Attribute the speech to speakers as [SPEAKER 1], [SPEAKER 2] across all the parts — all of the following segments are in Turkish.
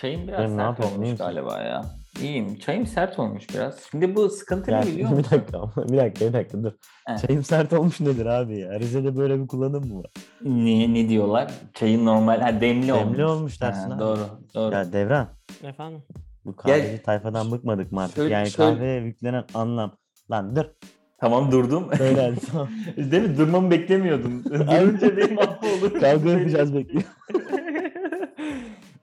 [SPEAKER 1] Çayım biraz
[SPEAKER 2] Cem, ne
[SPEAKER 1] sert
[SPEAKER 2] yapıyorsun, iyi
[SPEAKER 1] olmuş
[SPEAKER 2] misin?
[SPEAKER 1] galiba ya. İyiyim. Çayım sert olmuş biraz. Şimdi bu sıkıntı ne
[SPEAKER 2] Yani,
[SPEAKER 1] biliyor
[SPEAKER 2] bir
[SPEAKER 1] musun?
[SPEAKER 2] dakika ama, bir dakika bir dakika dur.
[SPEAKER 1] He.
[SPEAKER 2] Çayım sert olmuş nedir abi ya? Rize'de böyle bir kullanım mı var?
[SPEAKER 1] Ne, ne diyorlar? Çayın normal, ha, demli,
[SPEAKER 2] Demli
[SPEAKER 1] olmuş.
[SPEAKER 2] olmuş dersin
[SPEAKER 1] Ha,
[SPEAKER 2] abi.
[SPEAKER 1] doğru, doğru.
[SPEAKER 2] Ya Devran
[SPEAKER 3] Efendim?
[SPEAKER 2] bu
[SPEAKER 1] Ya-
[SPEAKER 2] kahveci tayfadan bıkmadık mı artık?
[SPEAKER 1] Şöyle-
[SPEAKER 2] yani
[SPEAKER 1] şöyle-
[SPEAKER 2] kahveye yüklenen anlam. Lan dur.
[SPEAKER 1] Tamam durdum.
[SPEAKER 2] Böyle yani, tamam.
[SPEAKER 1] Değil mi? Durmamı beklemiyordun. Görünce benim affı olur.
[SPEAKER 2] Kavga yapacağız bekliyor.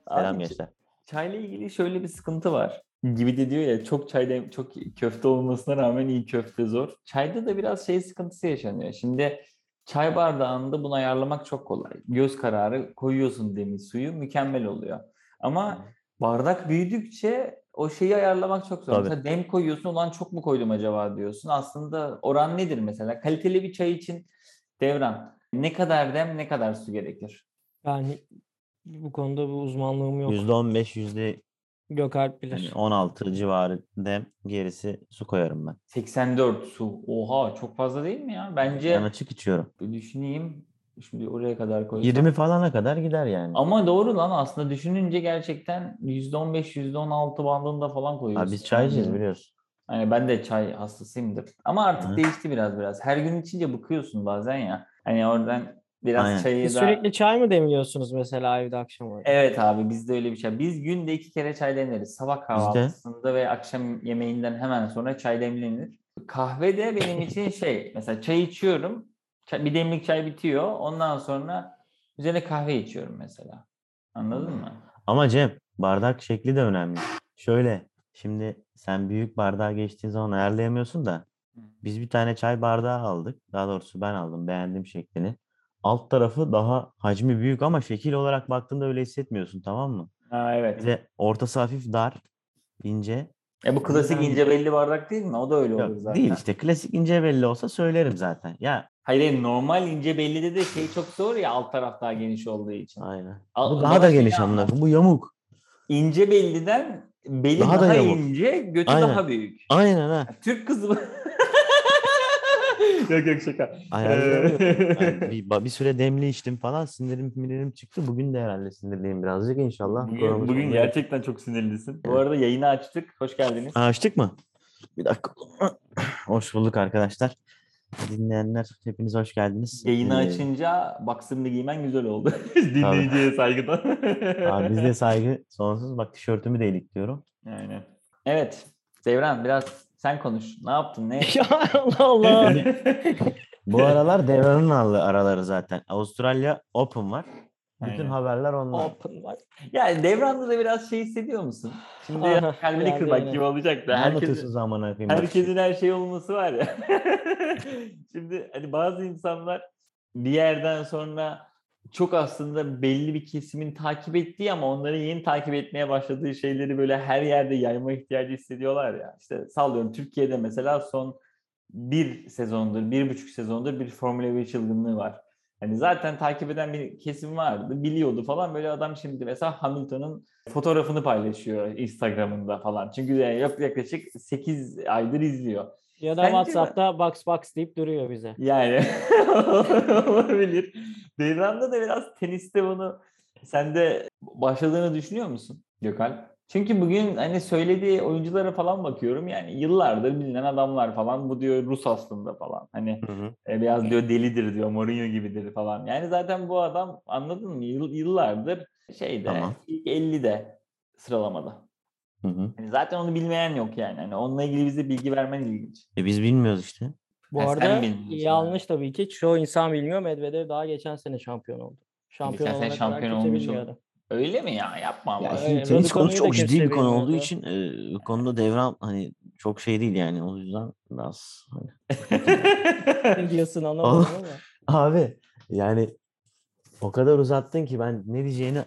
[SPEAKER 1] Abi,
[SPEAKER 2] Selam
[SPEAKER 1] ç-
[SPEAKER 2] gençler.
[SPEAKER 1] Çayla ilgili şöyle bir sıkıntı var. Gibi de diyor ya çok çayda çok köfte olmasına rağmen iyi köfte zor. Çayda da biraz şey sıkıntısı yaşanıyor. Şimdi çay bardağında bunu ayarlamak çok kolay. Göz kararı koyuyorsun demin suyu mükemmel oluyor. Ama bardak büyüdükçe o şeyi ayarlamak çok zor.
[SPEAKER 2] Tabii.
[SPEAKER 1] Mesela dem koyuyorsun ulan çok mu koydum acaba diyorsun. Aslında oran nedir mesela? Kaliteli bir çay için devran ne kadar dem ne kadar su gerekir?
[SPEAKER 3] Ben bu konuda bir uzmanlığım
[SPEAKER 2] şey,
[SPEAKER 3] yok.
[SPEAKER 2] %15,
[SPEAKER 3] Gökalp
[SPEAKER 2] hani
[SPEAKER 3] bilir.
[SPEAKER 1] Hani
[SPEAKER 2] %16 civarı dem gerisi su koyarım ben.
[SPEAKER 1] 84 su. Oha çok fazla değil mi ya? Bence
[SPEAKER 2] Ben açık içiyorum.
[SPEAKER 1] Bir düşüneyim. Şimdi oraya kadar koysam.
[SPEAKER 2] 20 falana kadar gider yani.
[SPEAKER 1] Ama doğru lan aslında düşününce gerçekten %15, %16 bandında falan koyuyorsun.
[SPEAKER 2] Abi biz
[SPEAKER 1] Hmm.
[SPEAKER 2] çaycıyız biliyorsun.
[SPEAKER 1] Hani ben de çay hastasıyımdır. Ama artık
[SPEAKER 2] Hı.
[SPEAKER 1] değişti biraz biraz. Her gün içince bıkıyorsun bazen ya. Hani oradan biraz
[SPEAKER 2] Aynen.
[SPEAKER 1] çayı da...
[SPEAKER 3] Siz sürekli çay mı demliyorsunuz mesela evde akşam olarak?
[SPEAKER 1] Evet abi bizde öyle bir şey. Biz günde iki kere çay demleriz. Sabah kahvaltısında ve akşam yemeğinden hemen sonra çay demlenir. Kahve de benim için şey mesela çay içiyorum. Çay- bir demlik çay bitiyor. Ondan sonra üzerine kahve içiyorum mesela. Anladın mı?
[SPEAKER 2] Ama Cem bardak şekli de önemli. Şöyle şimdi sen büyük bardağa geçtiğin zaman ayarlayamıyorsun da biz bir tane çay bardağı aldık. Daha doğrusu ben aldım beğendim şeklini. Alt tarafı daha hacmi büyük ama şekil olarak baktığında öyle hissetmiyorsun tamam mı?
[SPEAKER 1] Ha,
[SPEAKER 2] Bir
[SPEAKER 1] evet.
[SPEAKER 2] de ortası hafif dar, ince.
[SPEAKER 1] E bu klasik ince belli bardak değil mi? O da öyle
[SPEAKER 2] Yok,
[SPEAKER 1] olur zaten.
[SPEAKER 2] değil işte klasik ince belli olsa söylerim zaten. Ya
[SPEAKER 1] Hayır, hayır, normal ince belli de de şey çok zor ya alt taraf daha geniş olduğu için.
[SPEAKER 2] aynen.
[SPEAKER 1] Al-
[SPEAKER 2] Bu
[SPEAKER 1] bana
[SPEAKER 2] daha da
[SPEAKER 1] şey
[SPEAKER 2] geniş
[SPEAKER 1] anlat.
[SPEAKER 2] amına koyayım. Bu yamuk.
[SPEAKER 1] İnce belliden beli daha,
[SPEAKER 2] Daha da yamuk.
[SPEAKER 1] ince, götü
[SPEAKER 2] Aynen.
[SPEAKER 1] daha büyük.
[SPEAKER 2] Aynen ha.
[SPEAKER 1] Türk kızı mı? yok yok şaka. Ee,
[SPEAKER 2] Ayarlayamıyorum. Ben bir, ba- bir süre demli içtim falan sinirim minirim çıktı. Bugün de herhalde sinirliyim birazcık inşallah.
[SPEAKER 1] Bugün,
[SPEAKER 2] programın
[SPEAKER 1] bugün
[SPEAKER 2] sonunda-
[SPEAKER 1] gerçekten çok sinirlisin. Bu arada yayını açtık. Hoş geldiniz.
[SPEAKER 2] Aa, açtık mı? Bir dakika. Hoş bulduk arkadaşlar. Dinleyenler hepiniz hoş geldiniz.
[SPEAKER 1] Yayını
[SPEAKER 2] Ee,
[SPEAKER 1] açınca baksımlı giymen güzel oldu. Dinleyiciye saygıdan.
[SPEAKER 2] Abi bizde saygı sonsuz. Bak tişörtümü de ilikliyorum.
[SPEAKER 1] Aynen. Evet. Devran biraz sen konuş. Ne yaptın? Ne?
[SPEAKER 3] ya Allah Allah.
[SPEAKER 1] Hani-
[SPEAKER 2] Bu aralar devranın aralı- araları zaten. Avustralya Open var. Bütün
[SPEAKER 1] Aynen.
[SPEAKER 2] haberler onlar.
[SPEAKER 3] Open bak.
[SPEAKER 1] yani Devranda da biraz şey hissediyor musun? Şimdi
[SPEAKER 3] Aha,
[SPEAKER 1] kalbini
[SPEAKER 3] yani
[SPEAKER 1] kırmak
[SPEAKER 3] öyle.
[SPEAKER 1] gibi olacak
[SPEAKER 2] Ne
[SPEAKER 1] da. Herkes,
[SPEAKER 2] anlatıyorsun zaman akıyım?
[SPEAKER 1] Herkesin her şey olması var ya. Şimdi hani bazı insanlar bir yerden sonra çok aslında belli bir kesimin takip ettiği ama onların yeni takip etmeye başladığı şeyleri böyle her yerde yayma ihtiyacı hissediyorlar ya. İşte sallıyorum Türkiye'de mesela son bir sezondur, bir buçuk sezondur bir Formula 1 çılgınlığı var. Hani zaten takip eden bir kesim vardı, biliyordu falan. Böyle adam şimdi mesela Hamilton'ın fotoğrafını paylaşıyor Instagram'ında falan. Çünkü yani yak- yaklaşık 8 aydır izliyor.
[SPEAKER 3] Ya da
[SPEAKER 1] Sence
[SPEAKER 3] WhatsApp'ta box box deyip duruyor bize.
[SPEAKER 1] Yani olabilir. Devranda da biraz teniste bunu sen de başladığını düşünüyor musun Gökhan? Çünkü bugün hani söylediği oyunculara falan bakıyorum yani yıllardır bilinen adamlar falan bu diyor Rus aslında falan. Hani
[SPEAKER 2] Hı hı.
[SPEAKER 1] e, biraz diyor delidir diyor Mourinho gibidir falan. Yani zaten bu adam anladın mı Yıl- yıllardır şeyde
[SPEAKER 2] Tamam.
[SPEAKER 1] ilk 50'de sıralamada.
[SPEAKER 2] Hı hı.
[SPEAKER 1] Hani zaten onu bilmeyen yok yani. Hani onunla ilgili bize bilgi vermen ilginç.
[SPEAKER 2] E biz bilmiyoruz işte.
[SPEAKER 3] Bu
[SPEAKER 1] Ha, sen
[SPEAKER 3] arada
[SPEAKER 1] bilmiyorsun
[SPEAKER 3] yanlış tabii ki. Çoğu insan bilmiyor. Medvedev daha geçen sene şampiyon oldu. Şampiyon
[SPEAKER 1] Geçen sene
[SPEAKER 3] olana kadar
[SPEAKER 1] şampiyon
[SPEAKER 3] kimse
[SPEAKER 1] olmuş
[SPEAKER 3] bilmiyordu.
[SPEAKER 1] Öyle mi ya? Yapma ama.
[SPEAKER 2] Ya
[SPEAKER 3] Aynen,
[SPEAKER 2] şimdi
[SPEAKER 3] öyle
[SPEAKER 2] tenis
[SPEAKER 3] bir konuyu
[SPEAKER 2] konusu çok
[SPEAKER 3] da
[SPEAKER 2] ciddi bir
[SPEAKER 3] kimse
[SPEAKER 2] konu olduğu
[SPEAKER 3] bilmiyordu.
[SPEAKER 2] için e, bu konuda devran hani çok şey değil yani o yüzden biraz hani şey-
[SPEAKER 3] Ne diyorsun anlamadım ama.
[SPEAKER 2] Abi yani o kadar uzattın ki ben ne diyeceğini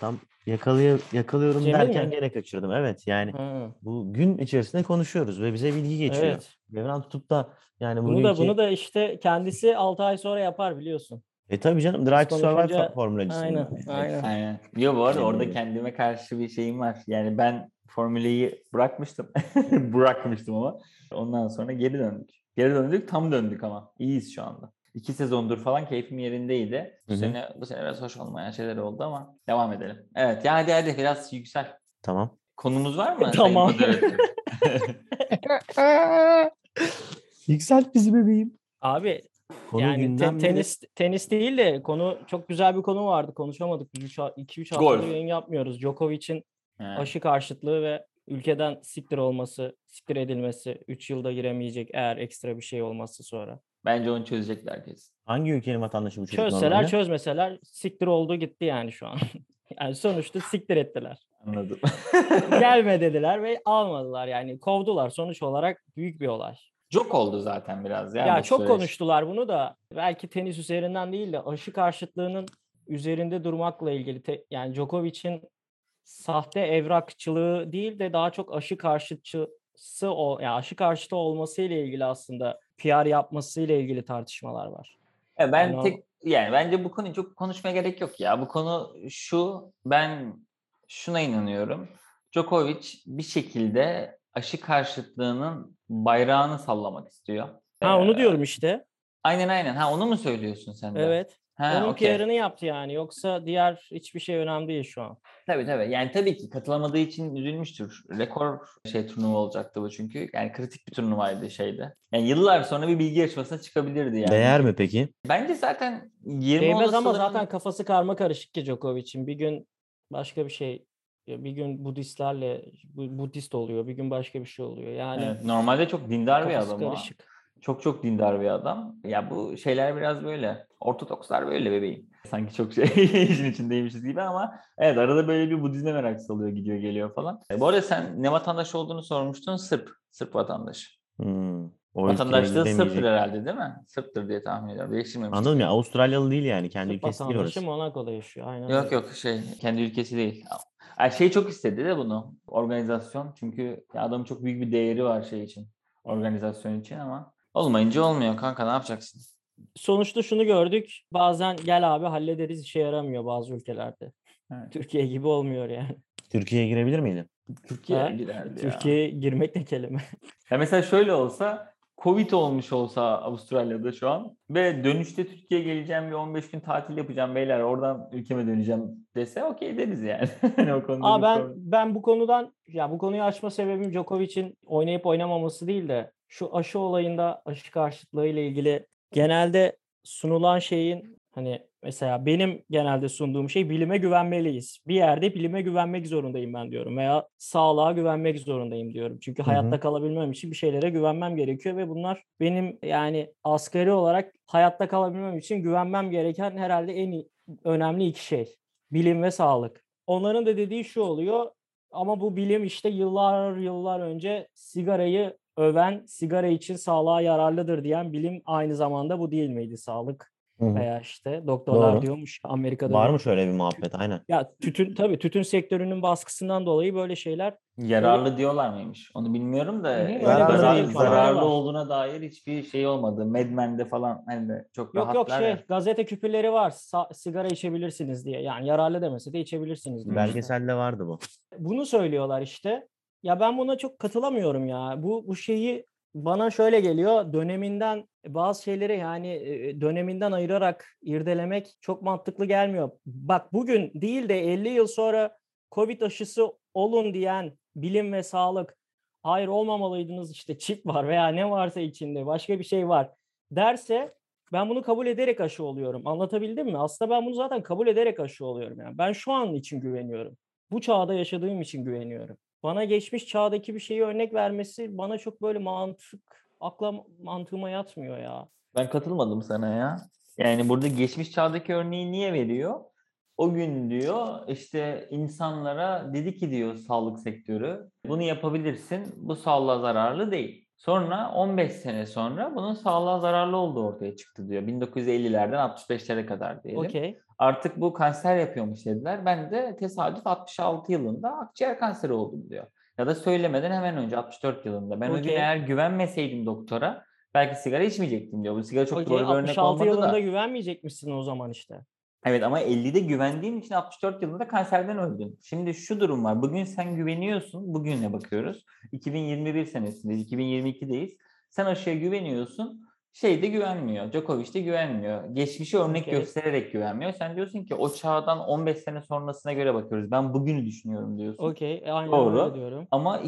[SPEAKER 2] tam yakalıyor, yakalıyorum
[SPEAKER 3] Cemil
[SPEAKER 2] derken
[SPEAKER 3] mi?
[SPEAKER 2] gene kaçırdım. Evet yani
[SPEAKER 3] Hı.
[SPEAKER 2] bu gün içerisinde konuşuyoruz ve bize bilgi geçiyor.
[SPEAKER 3] Evet.
[SPEAKER 2] Devran tutup da yani
[SPEAKER 3] Bunu da bunu
[SPEAKER 2] bugünkü-
[SPEAKER 3] da işte kendisi 6 ay sonra yapar biliyorsun.
[SPEAKER 2] E tabii canım Drive to Survive
[SPEAKER 3] konuşunca-
[SPEAKER 2] formülacısıyım
[SPEAKER 3] Aynen.
[SPEAKER 2] ben.
[SPEAKER 3] Aynen.
[SPEAKER 1] Aynen. Yo bu arada
[SPEAKER 2] Aynen
[SPEAKER 1] orada
[SPEAKER 2] öyle.
[SPEAKER 1] kendime karşı bir şeyim var. Yani ben formüleyi bırakmıştım. bırakmıştım ama. Ondan sonra geri döndük. Geri döndük tam döndük ama. İyiyiz şu anda. iki sezondur falan keyfim yerindeydi. Bu
[SPEAKER 2] Hı hı.
[SPEAKER 1] sene, bu sene biraz hoş olmayan şeyler oldu ama devam edelim. Evet ya hadi hadi biraz yüksel.
[SPEAKER 2] Tamam.
[SPEAKER 1] Konumuz var mı?
[SPEAKER 3] Tamam.
[SPEAKER 1] Sayın moderatör?
[SPEAKER 2] Yükselt bizi bebeğim.
[SPEAKER 3] Abi
[SPEAKER 2] Konu
[SPEAKER 3] yani te-
[SPEAKER 2] gündem biri.
[SPEAKER 3] tenis tenis değil de konu çok güzel bir konu vardı. Konuşamadık. 2-3
[SPEAKER 1] Golf.
[SPEAKER 3] haftadır yayın yapmıyoruz. Djokovic'in
[SPEAKER 1] Ha.
[SPEAKER 3] aşı karşıtlığı ve ülkeden siktir olması, siktir edilmesi, 3 yılda giremeyecek eğer ekstra bir şey olması sonra.
[SPEAKER 1] Bence onu çözecekler herkes.
[SPEAKER 2] Hangi ülkenin vatandaşı bu çocuk
[SPEAKER 3] Çözseler
[SPEAKER 2] normalde?
[SPEAKER 3] çözmeseler siktir oldu gitti yani şu an. yani sonuçta siktir ettiler.
[SPEAKER 1] Anladım.
[SPEAKER 3] Gelme dediler ve almadılar yani kovdular sonuç olarak büyük bir olay.
[SPEAKER 1] Çok oldu zaten biraz ya.
[SPEAKER 3] ya
[SPEAKER 1] bu
[SPEAKER 3] çok
[SPEAKER 1] süreç.
[SPEAKER 3] konuştular bunu da belki tenis üzerinden değil de aşı karşıtlığının üzerinde durmakla ilgili te- yani Djokovic'in sahte evrakçılığı değil de daha çok aşı karşıtçısı o yani aşı karşıtı olması ile ilgili aslında PR yapması ile ilgili tartışmalar var.
[SPEAKER 1] Ya ben
[SPEAKER 3] Yani o-
[SPEAKER 1] tek yani bence bu konuyu çok konuşmaya gerek yok ya. Bu konu şu ben şuna inanıyorum. Djokovic bir şekilde aşı karşıtlığının bayrağını sallamak istiyor.
[SPEAKER 3] Ha
[SPEAKER 1] Ee,
[SPEAKER 3] onu diyorum işte.
[SPEAKER 1] Aynen aynen. Ha onu mu söylüyorsun sen de?
[SPEAKER 3] Evet.
[SPEAKER 1] Ha,
[SPEAKER 3] Onun
[SPEAKER 1] okey.
[SPEAKER 3] PR'ını yaptı yani. Yoksa diğer hiçbir şey önemli değil şu an.
[SPEAKER 1] Tabii tabii. Yani tabii ki katılamadığı için üzülmüştür. Rekor şey turnuva olacaktı bu çünkü. Yani kritik bir turnuvaydı şeyde. Yani yıllar sonra bir bilgi yarışmasına çıkabilirdi yani.
[SPEAKER 2] Değer mi peki?
[SPEAKER 1] Bence zaten 20
[SPEAKER 3] Değmez ama
[SPEAKER 1] olasılığın-
[SPEAKER 3] zaten kafası karma karışık ki Djokovic'in. Bir gün başka bir şey ya bir gün Budistlerle Bu- Budist oluyor, bir gün başka bir şey oluyor. Yani
[SPEAKER 1] Evet, normalde çok dindar bir
[SPEAKER 3] kafası
[SPEAKER 1] adam. ha.
[SPEAKER 3] karışık.
[SPEAKER 1] Çok çok dindar bir adam. Ya bu şeyler biraz böyle. Ortodokslar böyle bebeğim. Sanki çok şey işin içindeymişiz gibi ama evet arada böyle bir Budizme merak salıyor gidiyor geliyor falan. E, bu arada sen ne vatandaş olduğunu sormuştun? Sırp. Sırp vatandaşı.
[SPEAKER 2] Hmm. O ülkeye
[SPEAKER 1] Vatandaşlığı
[SPEAKER 2] gidemeyecek.
[SPEAKER 1] Sırp'tır herhalde değil mi? Sırp'tır diye tahmin ediyorum. Değiştirmemiş.
[SPEAKER 2] Anladım ya Avustralyalı değil yani kendi
[SPEAKER 3] Sırp
[SPEAKER 2] ülkesi değil
[SPEAKER 3] vatandaşı
[SPEAKER 2] orası.
[SPEAKER 3] Monaco'da yaşıyor. Aynen.
[SPEAKER 1] Yok
[SPEAKER 3] öyle.
[SPEAKER 1] yok şey kendi ülkesi değil. Ay şey çok istedi de bunu organizasyon. Çünkü ya adamın çok büyük bir değeri var şey için. Organizasyon için ama olmayınca olmuyor kanka ne yapacaksın?
[SPEAKER 3] Sonuçta şunu gördük. Bazen gel abi hallederiz işe yaramıyor bazı ülkelerde.
[SPEAKER 1] Evet.
[SPEAKER 3] Türkiye gibi olmuyor yani.
[SPEAKER 2] Türkiye'ye girebilir miydi?
[SPEAKER 1] Türkiye
[SPEAKER 3] Ha,
[SPEAKER 1] giderdi ya.
[SPEAKER 3] Türkiye'ye girmek de kelime.
[SPEAKER 1] Ya mesela şöyle olsa Covid olmuş olsa Avustralya'da şu an ve dönüşte Türkiye'ye geleceğim bir 15 gün tatil yapacağım beyler oradan ülkeme döneceğim dese okey deriz yani. Hani o konuda
[SPEAKER 3] Aa
[SPEAKER 1] bir
[SPEAKER 3] ben
[SPEAKER 1] sorun-
[SPEAKER 3] ben bu konudan ya bu konuyu açma sebebim Djokovic'in oynayıp oynamaması değil de şu aşı olayında aşı karşıtlığı ile ilgili genelde sunulan şeyin hani mesela benim genelde sunduğum şey bilime güvenmeliyiz. Bir yerde bilime güvenmek zorundayım ben diyorum veya sağlığa güvenmek zorundayım diyorum. Çünkü
[SPEAKER 2] Hı hı.
[SPEAKER 3] hayatta kalabilmem için bir şeylere güvenmem gerekiyor ve bunlar benim yani asgari olarak hayatta kalabilmem için güvenmem gereken herhalde en iyi- önemli iki şey. Bilim ve sağlık. Onların da dediği şu oluyor ama bu bilim işte yıllar yıllar önce sigarayı öven, sigara için sağlığa yararlıdır diyen bilim aynı zamanda bu değil miydi sağlık?
[SPEAKER 2] Hı hı.
[SPEAKER 3] Veya işte doktorlar
[SPEAKER 2] Doğru.
[SPEAKER 3] diyormuş Amerika'da.
[SPEAKER 2] Var
[SPEAKER 3] da.
[SPEAKER 2] mı şöyle bir muhabbet? Aynen.
[SPEAKER 3] Ya tütün tabii tütün sektörünün baskısından dolayı böyle şeyler
[SPEAKER 1] Yararlı diyorlar mıymış? Onu bilmiyorum da
[SPEAKER 3] Hı hı,
[SPEAKER 1] e,
[SPEAKER 3] öyle
[SPEAKER 1] zararlı, zararlı
[SPEAKER 2] zararlı-
[SPEAKER 3] zararı var.
[SPEAKER 1] olduğuna dair hiçbir şey olmadı. Mad Men'de falan hani de çok
[SPEAKER 3] yok yok
[SPEAKER 1] rahatlar.
[SPEAKER 3] şey
[SPEAKER 1] ya.
[SPEAKER 3] gazete küpürleri var sa- sigara içebilirsiniz diye yani yararlı demese de içebilirsiniz diye.
[SPEAKER 2] Belgeselde vardı bu.
[SPEAKER 3] bunu söylüyorlar işte. Ya ben buna çok katılamıyorum ya. Bu bu şeyi bana şöyle geliyor. Döneminden bazı şeyleri yani e, döneminden ayırarak irdelemek çok mantıklı gelmiyor. Bak bugün değil de 50 yıl sonra Covid aşısı olun diyen bilim ve sağlık hayır olmamalıydınız işte çip var veya ne varsa içinde başka bir şey var derse ben bunu kabul ederek aşı oluyorum. Anlatabildim mi? Aslında ben bunu zaten kabul ederek aşı oluyorum yani. Ben şu an için güveniyorum bu çağda yaşadığım için güveniyorum. Bana geçmiş çağdaki bir şeyi örnek vermesi bana çok böyle mantık, akla mantığıma yatmıyor ya.
[SPEAKER 1] Ben katılmadım sana ya. Yani burada geçmiş çağdaki örneği niye veriyor? O gün diyor işte insanlara dedi ki diyor sağlık sektörü bunu yapabilirsin bu sağlığa zararlı değil. Sonra 15 sene sonra bunun sağlığa zararlı olduğu ortaya çıktı diyor. 1950'lerden 65'lere kadar diyelim.
[SPEAKER 3] Okey.
[SPEAKER 1] Artık bu kanser yapıyormuş dediler. Ben de tesadüf 66 yılında akciğer kanseri oldum diyor. Ya da söylemeden hemen önce 64 yılında. Ben o gün
[SPEAKER 3] Okey.
[SPEAKER 1] eğer güvenmeseydim doktora belki sigara içmeyecektim diyor. Bu sigara çok
[SPEAKER 3] Okey,
[SPEAKER 1] doğru bir örnek
[SPEAKER 3] 66
[SPEAKER 1] olmadı
[SPEAKER 3] yılında
[SPEAKER 1] da.
[SPEAKER 3] güvenmeyecek misin o zaman işte?
[SPEAKER 1] Evet ama 50'de güvendiğim için 64 yılında kanserden öldüm. Şimdi şu durum var. Bugün sen güveniyorsun. Bugüne bakıyoruz. 2021 senesindeyiz. 2022'deyiz. Sen aşıya güveniyorsun. şey de güvenmiyor. Djokovic de güvenmiyor. Geçmişi örnek
[SPEAKER 3] Okey.
[SPEAKER 1] göstererek güvenmiyor. Sen diyorsun ki o çağdan 15 sene sonrasına göre bakıyoruz. Ben bugünü düşünüyorum diyorsun.
[SPEAKER 3] Okey. e, Aynen
[SPEAKER 1] Doğru.
[SPEAKER 3] öyle diyorum.
[SPEAKER 1] Ama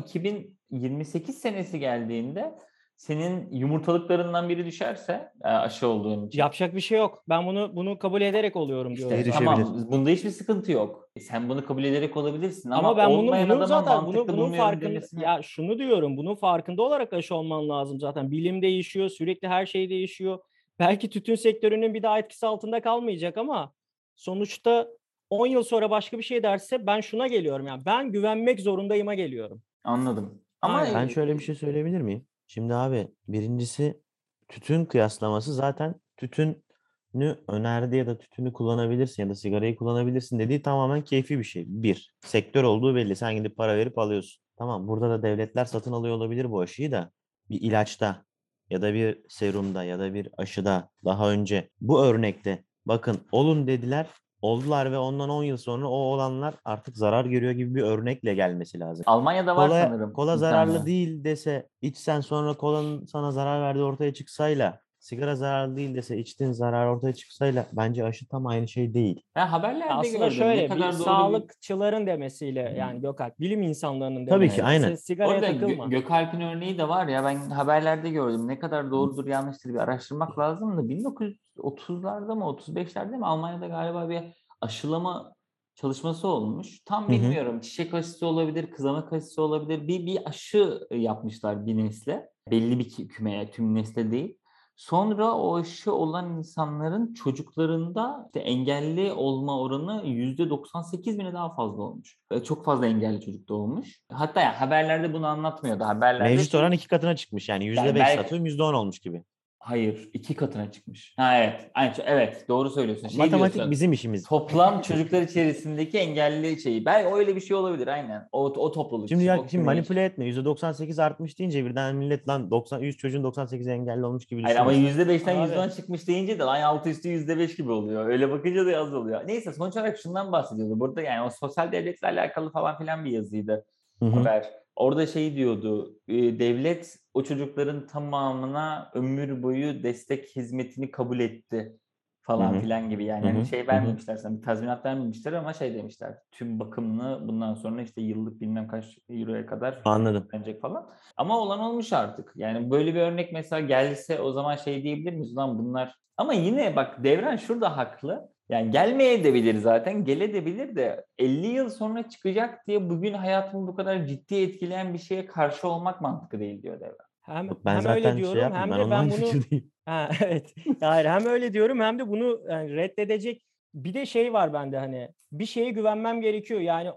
[SPEAKER 1] 2028 senesi geldiğinde senin yumurtalıklarından biri düşerse e, aşı olduğun için.
[SPEAKER 3] Yapacak bir şey yok. Ben bunu bunu kabul ederek oluyorum
[SPEAKER 1] İşte
[SPEAKER 3] diyorum.
[SPEAKER 2] Geri
[SPEAKER 1] tamam
[SPEAKER 2] düşebilir.
[SPEAKER 1] bunda hiçbir sıkıntı yok. E, Sen bunu kabul ederek olabilirsin ama,
[SPEAKER 3] Ama ben bunu
[SPEAKER 1] olmayan
[SPEAKER 3] bunun
[SPEAKER 1] adama
[SPEAKER 3] zaten bunu,
[SPEAKER 1] mantıklı
[SPEAKER 3] bunun
[SPEAKER 1] bulmuyorum
[SPEAKER 3] farkında
[SPEAKER 1] demesini-
[SPEAKER 3] ya şunu diyorum bunun farkında olarak aşı olman lazım zaten bilim değişiyor sürekli her şey değişiyor belki tütün sektörünün bir daha etkisi altında kalmayacak ama sonuçta 10 yıl sonra başka bir şey derse ben şuna geliyorum yani ben güvenmek zorundayıma geliyorum.
[SPEAKER 1] Anladım. Ama
[SPEAKER 3] Aynen.
[SPEAKER 2] Ben şöyle bir şey söyleyebilir miyim? Şimdi abi birincisi tütün kıyaslaması zaten tütünü önerdi ya da tütünü kullanabilirsin ya da sigarayı kullanabilirsin dediği tamamen keyfi bir şey. Bir, sektör olduğu belli. Sen gidip para verip alıyorsun. Tamam burada da devletler satın alıyor olabilir bu aşıyı da bir ilaçta ya da bir serumda ya da bir aşıda daha önce bu örnekte bakın olun dediler oldular ve ondan 10 yıl sonra o olanlar artık zarar görüyor gibi bir örnekle gelmesi lazım.
[SPEAKER 1] Almanya'da var
[SPEAKER 2] Kola,
[SPEAKER 1] sanırım.
[SPEAKER 2] kola
[SPEAKER 1] bir
[SPEAKER 2] zararlı
[SPEAKER 1] tane.
[SPEAKER 2] değil dese içsen sonra kolanın sana zarar verdiği ortaya çıksayla sigara zararlı değil dese içtiğin zarar ortaya çıksayla bence aşı tam aynı şey değil.
[SPEAKER 1] Ben haberlerde
[SPEAKER 3] Aslında
[SPEAKER 1] gördüm.
[SPEAKER 3] şöyle
[SPEAKER 1] ne
[SPEAKER 3] bir
[SPEAKER 1] kadar doğru
[SPEAKER 3] sağlıkçıların demesiyle
[SPEAKER 1] Hı.
[SPEAKER 3] yani Gökalp bilim insanlarının demesiyle
[SPEAKER 2] Tabii ki, aynen.
[SPEAKER 3] "Sen sigaraya
[SPEAKER 1] Orada
[SPEAKER 3] takılma.
[SPEAKER 1] Gö- Gökalp'in örneği de var ya ben haberlerde gördüm. Ne kadar doğrudur yanlıştır bir araştırmak lazım da 1930'larda mı 35'lerde mi Almanya'da galiba bir aşılama çalışması olmuş. Tam
[SPEAKER 2] hı.
[SPEAKER 1] bilmiyorum. Çiçek aşısı olabilir, kızamık aşısı olabilir. Bir bir aşı yapmışlar bir nesle. Belli bir kü- kümeye, tüm nesle değil. Sonra o aşı olan insanların çocuklarında işte engelli olma oranı %98 bine daha fazla olmuş. Ve Çok fazla engelli çocuk doğmuş. Hatta ya haberlerde bunu anlatmıyordu. Haberlerde
[SPEAKER 2] Mevcut oran iki katına çıkmış yani yüzde beş
[SPEAKER 1] belki-
[SPEAKER 2] satıyorum yüzde on olmuş gibi.
[SPEAKER 1] hayır iki katına çıkmış. Ha evet. Aynı, evet doğru söylüyorsun. Şey
[SPEAKER 2] Matematik
[SPEAKER 1] diyorsun,
[SPEAKER 2] bizim işimiz.
[SPEAKER 1] Toplam çocuklar içerisindeki engelli şeyi. Belki öyle bir şey olabilir aynen. O, o topluluk.
[SPEAKER 2] Şimdi
[SPEAKER 1] için,
[SPEAKER 2] ya,
[SPEAKER 1] o
[SPEAKER 2] şimdi
[SPEAKER 1] küme için.
[SPEAKER 2] manipüle etme yüzde 98 artmış deyince birden millet lan 90 100 çocuğun 98 engelli olmuş gibi
[SPEAKER 1] Hayır ama
[SPEAKER 2] düşünüyor.
[SPEAKER 1] %5'ten
[SPEAKER 3] Abi.
[SPEAKER 1] %10 çıkmış deyince de lan altı üstü %5 gibi oluyor. Öyle bakınca da az oluyor. Neyse sonuç olarak şundan bahsediyordu. Burada yani o sosyal devletle alakalı falan filan bir yazıydı
[SPEAKER 2] Hı hı.
[SPEAKER 1] haber. Orada şey diyordu. e, Devlet o çocukların tamamına ömür boyu destek hizmetini kabul etti falan
[SPEAKER 2] Hı hı.
[SPEAKER 1] filan gibi yani
[SPEAKER 2] Hı
[SPEAKER 1] hani
[SPEAKER 2] hı,
[SPEAKER 1] şey
[SPEAKER 2] hı.
[SPEAKER 1] vermemişler sana bir tazminat vermemişler ama şey demişler tüm bakımını bundan sonra işte yıllık bilmem kaç euroya kadar
[SPEAKER 2] Anladım.
[SPEAKER 1] bence falan. Ama olan olmuş artık. Yani böyle bir örnek mesela gelse o zaman şey diyebilir miyiz? Lan bunlar ama yine bak Devran şurada haklı. Yani gelmeye de bilir zaten. Gele de bilir de 50 yıl sonra çıkacak diye bugün hayatımı bu kadar ciddi etkileyen bir şeye karşı olmak mantıklı değil diyor Devran.
[SPEAKER 3] Hem,
[SPEAKER 2] Ben
[SPEAKER 3] hem
[SPEAKER 2] zaten
[SPEAKER 3] öyle
[SPEAKER 2] şey
[SPEAKER 3] diyorum hem
[SPEAKER 2] yapmıyorum. Ben
[SPEAKER 3] de ben
[SPEAKER 2] ondan
[SPEAKER 3] bunu
[SPEAKER 2] fikirdeyim.
[SPEAKER 3] Ha, evet. Hayır hem öyle diyorum hem de bunu yani reddedecek bir de şey var bende hani bir şeye güvenmem gerekiyor. Yani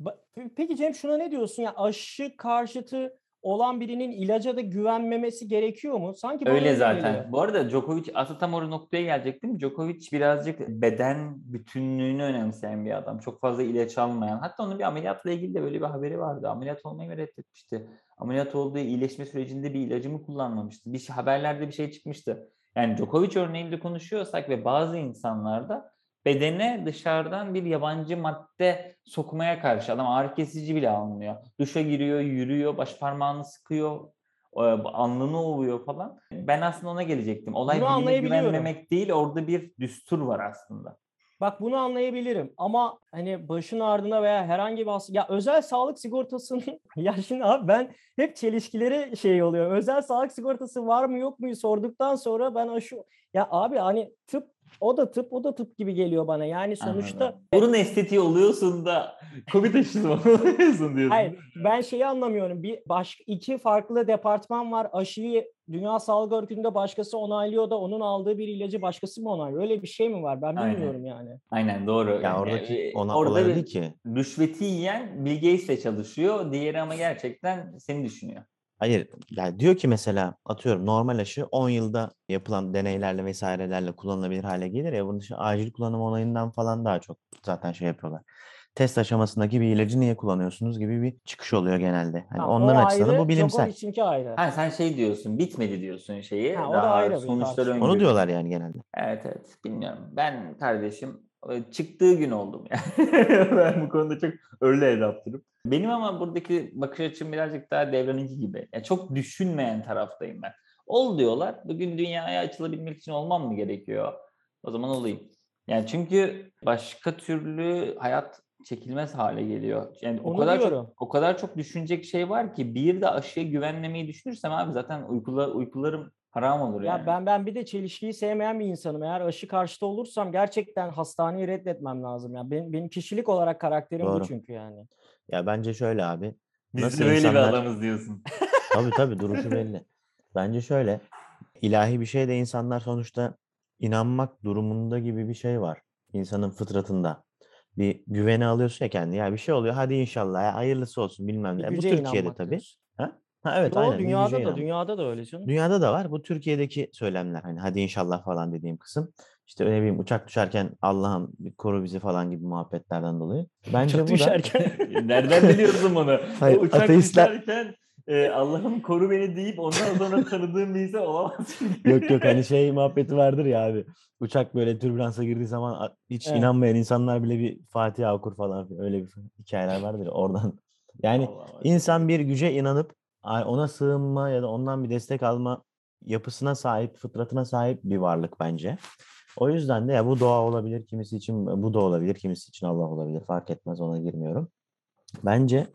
[SPEAKER 3] Ba- peki Cem şuna ne diyorsun ya aşı karşıtı olan birinin ilaca da güvenmemesi gerekiyor mu? Sanki bana
[SPEAKER 1] Öyle
[SPEAKER 3] geliyor.
[SPEAKER 1] zaten. Bu arada Djokovic aslında tam oraya noktaya gelecektim. Djokovic birazcık beden bütünlüğünü önemseyen bir adam. Çok fazla ilaç almayan. Hatta onun bir ameliyatla ilgili de böyle bir haberi vardı. Ameliyat olmayı mı reddetmişti? Ameliyat olduğu iyileşme sürecinde bir ilacı mı kullanmamıştı? Bir şey- haberlerde bir şey çıkmıştı. Yani Djokovic örneğinde konuşuyorsak ve bazı insanlarda bedene dışarıdan bir yabancı madde sokmaya karşı adam ağrı kesici bile almıyor. Duşa giriyor, yürüyor, baş parmağını sıkıyor, e, alnını ovuyor falan. Ben aslında ona gelecektim. Olay
[SPEAKER 3] Bunu
[SPEAKER 1] bilime
[SPEAKER 3] anlayabiliyorum.
[SPEAKER 1] güvenmemek değil, orada bir düstur var aslında.
[SPEAKER 3] Bak bunu anlayabilirim ama hani başın ardına veya herhangi bir has- ya özel sağlık sigortasının ya şimdi abi ben hep çelişkileri şey oluyor. Özel sağlık sigortası var mı yok mu sorduktan sonra ben aşı ya abi hani tıp o da tıp o da tıp gibi geliyor bana. Yani sonuçta
[SPEAKER 1] Anladım. burun estetiği oluyorsun da COVID aşısı oluyorsun diyorsun.
[SPEAKER 3] Hayır, ben şeyi anlamıyorum. Bir başka iki farklı departman var. Aşıyı Dünya Sağlık Örgütü'nde başkası onaylıyor da onun aldığı bir ilacı başkası mı onaylıyor? Öyle bir şey mi var? Ben
[SPEAKER 1] Aynen.
[SPEAKER 3] bilmiyorum yani.
[SPEAKER 1] Aynen doğru.
[SPEAKER 2] Ya
[SPEAKER 1] Yani,
[SPEAKER 2] oradaki
[SPEAKER 1] e,
[SPEAKER 2] ona
[SPEAKER 1] orada
[SPEAKER 2] olayı
[SPEAKER 1] bir
[SPEAKER 2] değil ki.
[SPEAKER 1] rüşveti yiyen Bill Gates'le çalışıyor. Diğeri ama gerçekten seni düşünüyor.
[SPEAKER 2] Hayır, yani diyor ki mesela atıyorum normal aşı 10 yılda yapılan deneylerle vesairelerle kullanılabilir hale gelir ya bunun için acil kullanım onayından falan daha çok zaten şey yapıyorlar. Test aşamasındaki bir ilacı niye kullanıyorsunuz gibi bir çıkış oluyor genelde. Hani
[SPEAKER 3] Tamam,
[SPEAKER 2] onların
[SPEAKER 3] o
[SPEAKER 2] açısından bu
[SPEAKER 3] ayrı,
[SPEAKER 2] bilimsel.
[SPEAKER 3] Djokovic'inki ayrı.
[SPEAKER 1] Ha sen şey diyorsun, bitmedi diyorsun şeyi.
[SPEAKER 3] Ha, o da
[SPEAKER 1] daha
[SPEAKER 3] ayrı bir
[SPEAKER 1] sonuçları
[SPEAKER 3] tartışma.
[SPEAKER 2] Onu
[SPEAKER 1] öngörü-
[SPEAKER 2] diyorlar yani genelde.
[SPEAKER 1] Evet evet bilmiyorum. Ben kardeşim e, çıktığı gün oldum yani. ben bu konuda çok öyle adaptırım. Benim ama buradaki bakış açım birazcık daha Devran'ınki gibi. Ya çok düşünmeyen taraftayım ben. Ol diyorlar. Bugün dünyaya açılabilmek için olmam mı gerekiyor? O zaman olayım. Yani çünkü başka türlü hayat çekilmez hale geliyor. Yani o
[SPEAKER 3] Onu
[SPEAKER 1] kadar
[SPEAKER 3] diyorum.
[SPEAKER 1] çok o kadar çok düşünecek şey var ki bir de aşıya güvenmemeyi düşünürsem abi zaten uykula, uykularım haram olur yani.
[SPEAKER 3] Ya ben ben bir de çelişkiyi sevmeyen bir insanım. Eğer aşı karşıtı olursam gerçekten hastaneyi reddetmem lazım. Ya benim, benim kişilik olarak karakterim bu
[SPEAKER 2] Doğru.
[SPEAKER 3] çünkü yani.
[SPEAKER 2] Ya bence şöyle abi.
[SPEAKER 1] Biz
[SPEAKER 2] nasıl
[SPEAKER 1] de böyle
[SPEAKER 2] insanlar-
[SPEAKER 1] bir adamız diyorsun.
[SPEAKER 2] Tabii tabii duruşu belli. Bence şöyle. ilahi bir şey de insanlar sonuçta inanmak durumunda gibi bir şey var. İnsanın fıtratında. Bir güvene alıyorsun ya kendini. Ya bir şey oluyor hadi inşallah ya hayırlısı olsun bilmem ne.
[SPEAKER 3] Bir
[SPEAKER 2] E, Bu
[SPEAKER 3] güce
[SPEAKER 2] Türkiye'de
[SPEAKER 3] inanmak
[SPEAKER 2] tabii.
[SPEAKER 3] diyorsun.
[SPEAKER 2] Ha, evet
[SPEAKER 3] Yo,
[SPEAKER 2] aynen. bir güce
[SPEAKER 3] dünyada da
[SPEAKER 2] inanmak.
[SPEAKER 3] dünyada da öyle canım.
[SPEAKER 2] Dünyada da var. Bu Türkiye'deki söylemler hani hadi inşallah falan dediğim kısım. İşte ne bileyim uçak düşerken Allah'ım koru bizi falan gibi muhabbetlerden dolayı. Bence
[SPEAKER 3] Çok
[SPEAKER 2] bu da
[SPEAKER 3] düşerken.
[SPEAKER 1] Nereden biliyorsun bunu?
[SPEAKER 2] Hayır,
[SPEAKER 1] o uçak
[SPEAKER 2] ateistler-
[SPEAKER 1] düşerken e, Allah'ım koru beni deyip ondan sonra tanıdığım birisi olamaz.
[SPEAKER 2] yok yok hani şey muhabbeti vardır ya abi. Uçak böyle türbülansa girdiği zaman a- hiç
[SPEAKER 3] Evet.
[SPEAKER 2] inanmayan insanlar bile bir Fatiha okur falan filan. öyle bir hikayeler vardır ya oradan. Yani
[SPEAKER 1] Allah Allah.
[SPEAKER 2] insan bir güce inanıp a- ona sığınma ya da ondan bir destek alma yapısına sahip, fıtratına sahip bir varlık bence. O yüzden de ya bu doğa olabilir, kimisi için bu da olabilir, kimisi için Allah olabilir. Fark etmez ona girmiyorum. Bence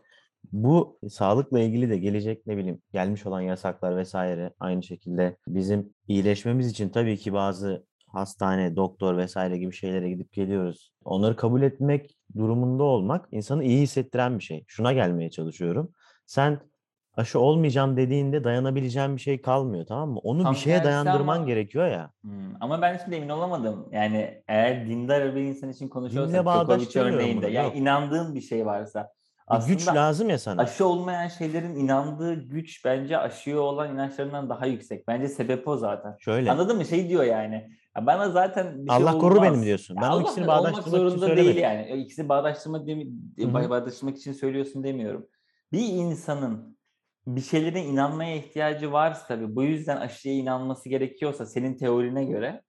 [SPEAKER 2] bu e, sağlıkla ilgili de gelecek ne bileyim gelmiş olan yasaklar vesaire aynı şekilde bizim iyileşmemiz için tabii ki bazı hastane, doktor vesaire gibi şeylere gidip geliyoruz. Onları kabul etmek durumunda olmak insanı iyi hissettiren bir şey. Şuna gelmeye çalışıyorum. Sen aşı olmayacağım dediğinde dayanabileceğin bir şey kalmıyor tamam mı? Onu
[SPEAKER 1] Tam
[SPEAKER 2] bir şeye
[SPEAKER 1] tersi
[SPEAKER 2] dayandırman
[SPEAKER 1] ama-
[SPEAKER 2] gerekiyor ya.
[SPEAKER 1] Hmm, Ama ben şimdi emin olamadım. Yani eğer dindar bir insan için konuşuyorsak
[SPEAKER 2] Dinle bağdaş
[SPEAKER 1] Djokovic
[SPEAKER 2] demiyorum
[SPEAKER 1] örneğinde
[SPEAKER 2] bunu,
[SPEAKER 1] yani
[SPEAKER 2] yok.
[SPEAKER 1] inandığın bir şey varsa
[SPEAKER 2] Bir güç
[SPEAKER 1] aslında
[SPEAKER 2] lazım ya sana.
[SPEAKER 1] aşı olmayan şeylerin inandığı güç bence aşıya olan inançlarından daha yüksek. Bence sebep o zaten.
[SPEAKER 2] Şöyle.
[SPEAKER 1] Anladın mı? Şey diyor yani. "Ya bana zaten bir şey
[SPEAKER 2] Allah koru
[SPEAKER 1] olmaz."
[SPEAKER 2] benim diyorsun.
[SPEAKER 1] Ya
[SPEAKER 2] Ben o
[SPEAKER 1] Allah
[SPEAKER 2] ikisini
[SPEAKER 1] koru- olmak
[SPEAKER 2] bağdaştırmak için
[SPEAKER 1] zorunda
[SPEAKER 2] söylemedim.
[SPEAKER 1] değil yani. O İkisini bağdaştırma demi,
[SPEAKER 2] Hı hı.
[SPEAKER 1] bağdaştırmak için söylüyorsun demiyorum. Bir insanın bir şeylere inanmaya ihtiyacı varsa ve bu yüzden aşıya inanması gerekiyorsa senin teorine göre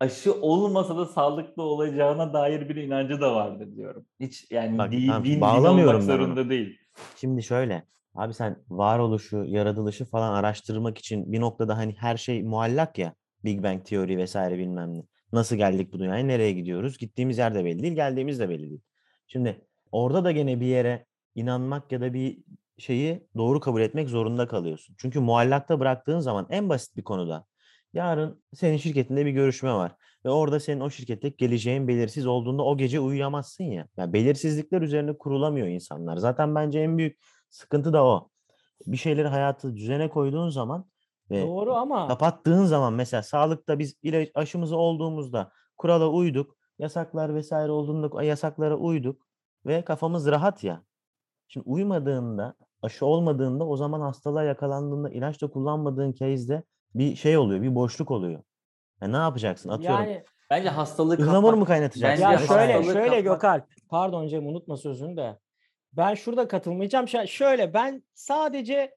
[SPEAKER 1] aşı olmasa da sağlıklı olacağına dair bir inancı da vardır diyorum. Hiç yani
[SPEAKER 2] Bak,
[SPEAKER 1] din,
[SPEAKER 2] tamam,
[SPEAKER 1] din, din olmak
[SPEAKER 2] bağlamıyorum ben onu.
[SPEAKER 1] zorunda değil.
[SPEAKER 2] Şimdi şöyle. Abi sen varoluşu, yaratılışı falan araştırmak için bir noktada hani her şey muallak ya. Big Bang teori vesaire bilmem ne. Nasıl geldik bu dünyaya, nereye gidiyoruz? Gittiğimiz yer de belli değil, geldiğimiz de belli değil. Şimdi orada da gene bir yere inanmak ya da bir şeyi doğru kabul etmek zorunda kalıyorsun. Çünkü muallakta bıraktığın zaman en basit bir konuda yarın senin şirketinde bir görüşme var ve orada senin o şirkette geleceğin belirsiz olduğunda o gece uyuyamazsın ya. Ya belirsizlikler üzerine kurulamıyor insanlar. Zaten bence en büyük sıkıntı da o. Bir şeyleri hayatı düzene koyduğun zaman ve
[SPEAKER 3] Doğru ama
[SPEAKER 2] kapattığın zaman mesela sağlıkta biz ilaç aşımızı olduğumuzda kurala uyduk, yasaklar vesaire olduğunda yasaklara uyduk ve kafamız rahat ya. Şimdi uymadığında, aşı olmadığında o zaman hastalığa yakalandığında ilaç da kullanmadığın case'de bir şey oluyor, bir boşluk oluyor. Ya ne yapacaksın? Atıyorum.
[SPEAKER 3] yani
[SPEAKER 1] Bence hastalığı
[SPEAKER 2] Ihlamur mu
[SPEAKER 1] kapmak-
[SPEAKER 2] kaynatacaksın?
[SPEAKER 1] Bence
[SPEAKER 3] ya
[SPEAKER 2] Yani
[SPEAKER 1] hastalığı
[SPEAKER 3] şöyle
[SPEAKER 2] vesaire.
[SPEAKER 1] kapmak-
[SPEAKER 3] şöyle Gökalp. Pardon Cem unutma sözünü de. Ben şurada katılmayacağım. Ş- Şöyle ben sadece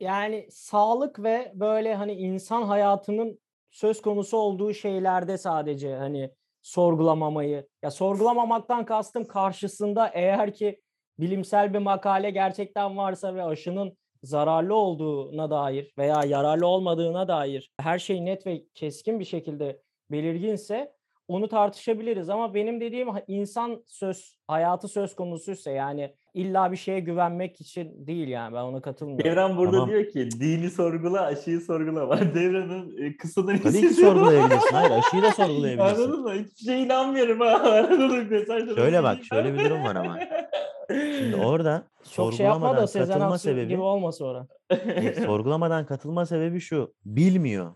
[SPEAKER 3] yani sağlık ve böyle hani insan hayatının söz konusu olduğu şeylerde sadece hani sorgulamamayı ya sorgulamamaktan kastım karşısında eğer ki bilimsel bir makale gerçekten varsa ve aşının zararlı olduğuna dair veya yararlı olmadığına dair her şey net ve keskin bir şekilde belirginse onu tartışabiliriz ama benim dediğim ha- insan söz hayatı söz konusuysa yani illa bir şeye güvenmek için değil yani ben ona katılmıyorum.
[SPEAKER 1] Devran burada
[SPEAKER 2] Tamam.
[SPEAKER 1] diyor ki dini sorgula, aşıyı sorgulama. Devran'ın e, kısıtını
[SPEAKER 2] Tabii ki sorgulayabilirsin. Hayır aşıyı da sorgulayabilirsin.
[SPEAKER 1] Anladın mı? Hiçbir şeye inanmıyorum ha. Anladın mı? Mesajlara
[SPEAKER 2] Şöyle bak,
[SPEAKER 1] bakayım.
[SPEAKER 2] şöyle bir durum var ama. Şimdi orada
[SPEAKER 3] Çok şey yapma da
[SPEAKER 2] sorgulamadan
[SPEAKER 3] Sezen
[SPEAKER 2] katılma
[SPEAKER 3] Aksu
[SPEAKER 2] sebebi
[SPEAKER 3] gibi olma sonra.
[SPEAKER 2] e, sorgulamadan katılma sebebi şu. Bilmiyor.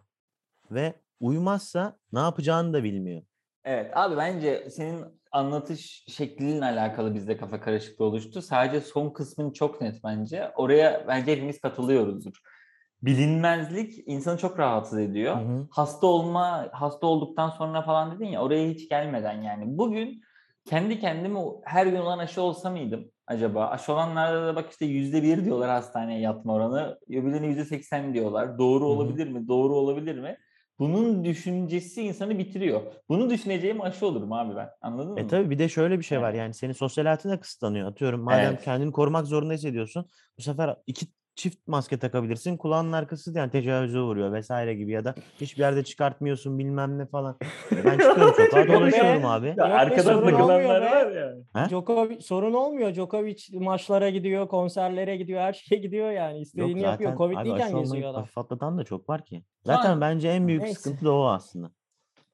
[SPEAKER 2] Ve uymazsa ne yapacağını da bilmiyor.
[SPEAKER 1] evet abi bence senin anlatış şeklinle alakalı bizde kafa karışıklığı oluştu. Sadece son kısmın çok net bence. Oraya bence hepimiz katılıyoruzdur. Bilinmezlik insanı çok rahatsız ediyor.
[SPEAKER 2] Hı hı.
[SPEAKER 1] hasta olma, hasta olduktan sonra falan dedin ya oraya hiç gelmeden yani. Bugün kendi kendime o- her gün olan aşı olsa mıydım acaba? Aşı olanlarda da bak işte yüzde bir diyorlar hastaneye yatma oranı. Öbürlerine yüzde seksen diyorlar. Doğru
[SPEAKER 2] Hı hı.
[SPEAKER 1] olabilir mi? Doğru olabilir mi? Bunun düşüncesi insanı bitiriyor. Bunu düşüneceğim aşı olurum abi ben. Anladın mı?
[SPEAKER 2] E tabii bir de şöyle bir şey var.
[SPEAKER 1] Yani.
[SPEAKER 2] Yani senin sosyal hayatın da kısıtlanıyor. Atıyorum madem
[SPEAKER 1] Evet.
[SPEAKER 2] kendini korumak zorunda hissediyorsun. Bu sefer iki çift maske takabilirsin. Kulağının arkası yani tecavüze uğruyor vesaire gibi ya da hiçbir yerde çıkartmıyorsun bilmem ne falan. E ben çıkıyorum sokağa
[SPEAKER 1] Çok
[SPEAKER 2] dolaşıyorum
[SPEAKER 3] be.
[SPEAKER 2] abi.
[SPEAKER 1] Ya
[SPEAKER 3] Yok be,
[SPEAKER 1] arkadan
[SPEAKER 3] sorun
[SPEAKER 1] takılanlar
[SPEAKER 3] olmuyor be.
[SPEAKER 1] var ya.
[SPEAKER 2] Ha?
[SPEAKER 3] Djokovic sorun olmuyor. Djokovic maçlara gidiyor, konserlere gidiyor, her şeye gidiyor yani.
[SPEAKER 2] Yok
[SPEAKER 3] İstediğini yapıyor.
[SPEAKER 2] zaten
[SPEAKER 3] Covid
[SPEAKER 2] abi aşı
[SPEAKER 3] değilken
[SPEAKER 2] olmayı
[SPEAKER 3] geziyor adam.
[SPEAKER 2] hafif atlatan da çok var ki. Zaten
[SPEAKER 1] Var.
[SPEAKER 2] bence en büyük
[SPEAKER 3] Neyse.
[SPEAKER 2] sıkıntı da o aslında.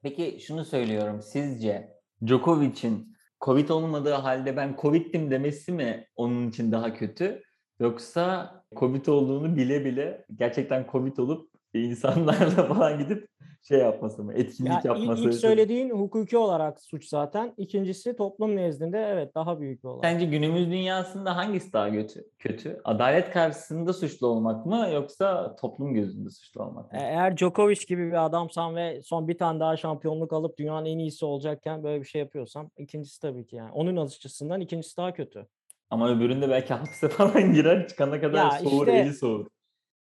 [SPEAKER 1] Peki şunu söylüyorum. Sizce Djokovic'in Covid olmadığı halde ben Covid'dim demesi mi onun için daha kötü? Yoksa Covid olduğunu bile bile gerçekten Covid olup insanlarla falan gidip şey yapması mı? Etkinlik
[SPEAKER 3] Ya, ilk-
[SPEAKER 1] yapması.
[SPEAKER 3] ilk söylediğin hukuki olarak suç zaten. İkincisi toplum nezdinde evet daha büyük bir olay.
[SPEAKER 1] Sence günümüz dünyasında hangisi daha kötü? Kötü. Adalet karşısında suçlu olmak mı yoksa toplum gözünde suçlu olmak
[SPEAKER 3] E-
[SPEAKER 1] mı?
[SPEAKER 3] Eğer Djokovic gibi bir adamsan ve son bir tane daha şampiyonluk alıp dünyanın en iyisi olacakken böyle bir şey yapıyorsam ikincisi tabii ki yani. Onun açısından ikincisi daha kötü.
[SPEAKER 1] Ama öbüründe belki hapse falan girer çıkana kadar
[SPEAKER 3] Ya
[SPEAKER 1] soğur,
[SPEAKER 3] işte-
[SPEAKER 1] eli soğur.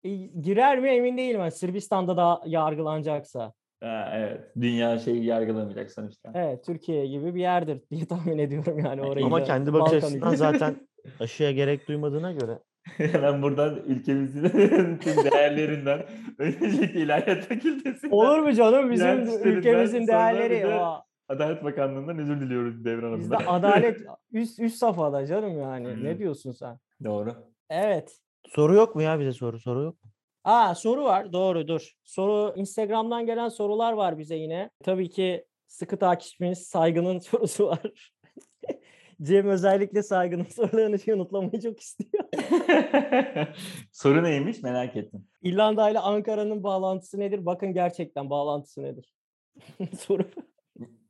[SPEAKER 3] E, girer mi emin değilim. Yani Sırbistan'da da yargılanacaksa.
[SPEAKER 1] Ha, evet. Dünya şeyi yargılamayacak sonuçta.
[SPEAKER 3] Evet Türkiye gibi bir yerdir diye tahmin ediyorum yani orayı.
[SPEAKER 2] Ama
[SPEAKER 3] da,
[SPEAKER 2] kendi bakış
[SPEAKER 3] Balkan
[SPEAKER 2] açısından
[SPEAKER 3] ülkesi.
[SPEAKER 2] zaten aşıya gerek duymadığına göre
[SPEAKER 1] Hemen buradan ülkemizin tüm değerlerinden öncelikle ilahiyat fakültesinden
[SPEAKER 3] Olur mu canım
[SPEAKER 1] Yani
[SPEAKER 3] bizim
[SPEAKER 1] işte
[SPEAKER 3] ülkemizin
[SPEAKER 1] bizden sonra
[SPEAKER 3] değerleri
[SPEAKER 1] bir de-
[SPEAKER 3] ya.
[SPEAKER 1] Adalet Bakanlığı'ndan özür diliyoruz Devran Hanım'dan.
[SPEAKER 3] Bizde adalet üst üst safhada canım yani.
[SPEAKER 1] Hı.
[SPEAKER 3] Ne diyorsun sen?
[SPEAKER 1] Doğru.
[SPEAKER 3] Evet.
[SPEAKER 2] Soru yok mu ya bize soru soru yok. mu?
[SPEAKER 3] Aa soru var. Doğru dur. Soru Instagram'dan gelen sorular var bize yine. Tabii ki sıkı takipçimiz Saygı'nın sorusu var. Cem özellikle Saygı'nın sorularını yanıtlamayı çok istiyor.
[SPEAKER 1] Soru neymiş merak ettim.
[SPEAKER 3] İrlanda ile Ankara'nın bağlantısı nedir? Bakın gerçekten bağlantısı nedir? soru.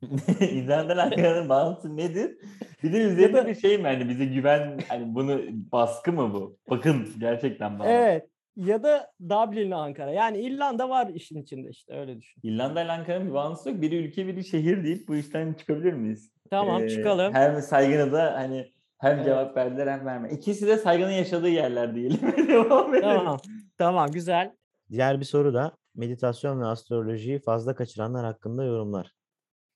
[SPEAKER 1] İzlenden Ankara'nın bağlantısı nedir? Bir de
[SPEAKER 3] Ya
[SPEAKER 1] üzerinde
[SPEAKER 3] da-
[SPEAKER 1] bir şey mi? Hani bize güven, hani bunu baskı mı bu? Bakın gerçekten bağlantı.
[SPEAKER 3] Evet. Ya da Dublin'le Ankara. Yani İrlanda var işin içinde işte öyle düşün.
[SPEAKER 1] İrlanda ile Ankara'nın bir bağlantısı yok. Biri ülke, biri şehir deyip bu işten çıkabilir miyiz?
[SPEAKER 3] Tamam
[SPEAKER 1] Ee,
[SPEAKER 3] çıkalım.
[SPEAKER 1] Hem saygını da hani hem
[SPEAKER 3] Evet.
[SPEAKER 1] cevap verdiler hem verme. İkisi de saygının yaşadığı yerler diyelim. Devam edelim.
[SPEAKER 3] Tamam. Tamam güzel.
[SPEAKER 2] Diğer bir soru da meditasyon ve astrolojiyi fazla kaçıranlar hakkında yorumlar.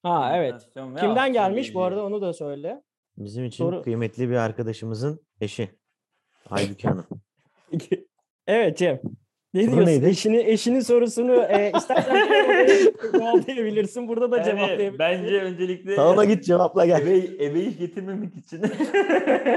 [SPEAKER 3] Ha evet.
[SPEAKER 1] Meditasyon ve
[SPEAKER 3] Kimden gelmiş
[SPEAKER 1] astroloji.
[SPEAKER 3] bu arada onu da söyle.
[SPEAKER 2] Bizim için
[SPEAKER 3] Soru-
[SPEAKER 2] kıymetli bir arkadaşımızın eşi. Aybüke Hanım.
[SPEAKER 3] Peki. Evet Cem. Ne
[SPEAKER 2] Soru
[SPEAKER 3] diyorsun?
[SPEAKER 2] neydi?
[SPEAKER 3] Eşini, eşinin sorusunu e, istersen Cem oraya cevaplayabilirsin. Burada da
[SPEAKER 1] Yani
[SPEAKER 3] cevaplayabilirsin.
[SPEAKER 1] bence öncelikle
[SPEAKER 2] Salona git cevapla gel.
[SPEAKER 1] eve, eve iş getirmemek için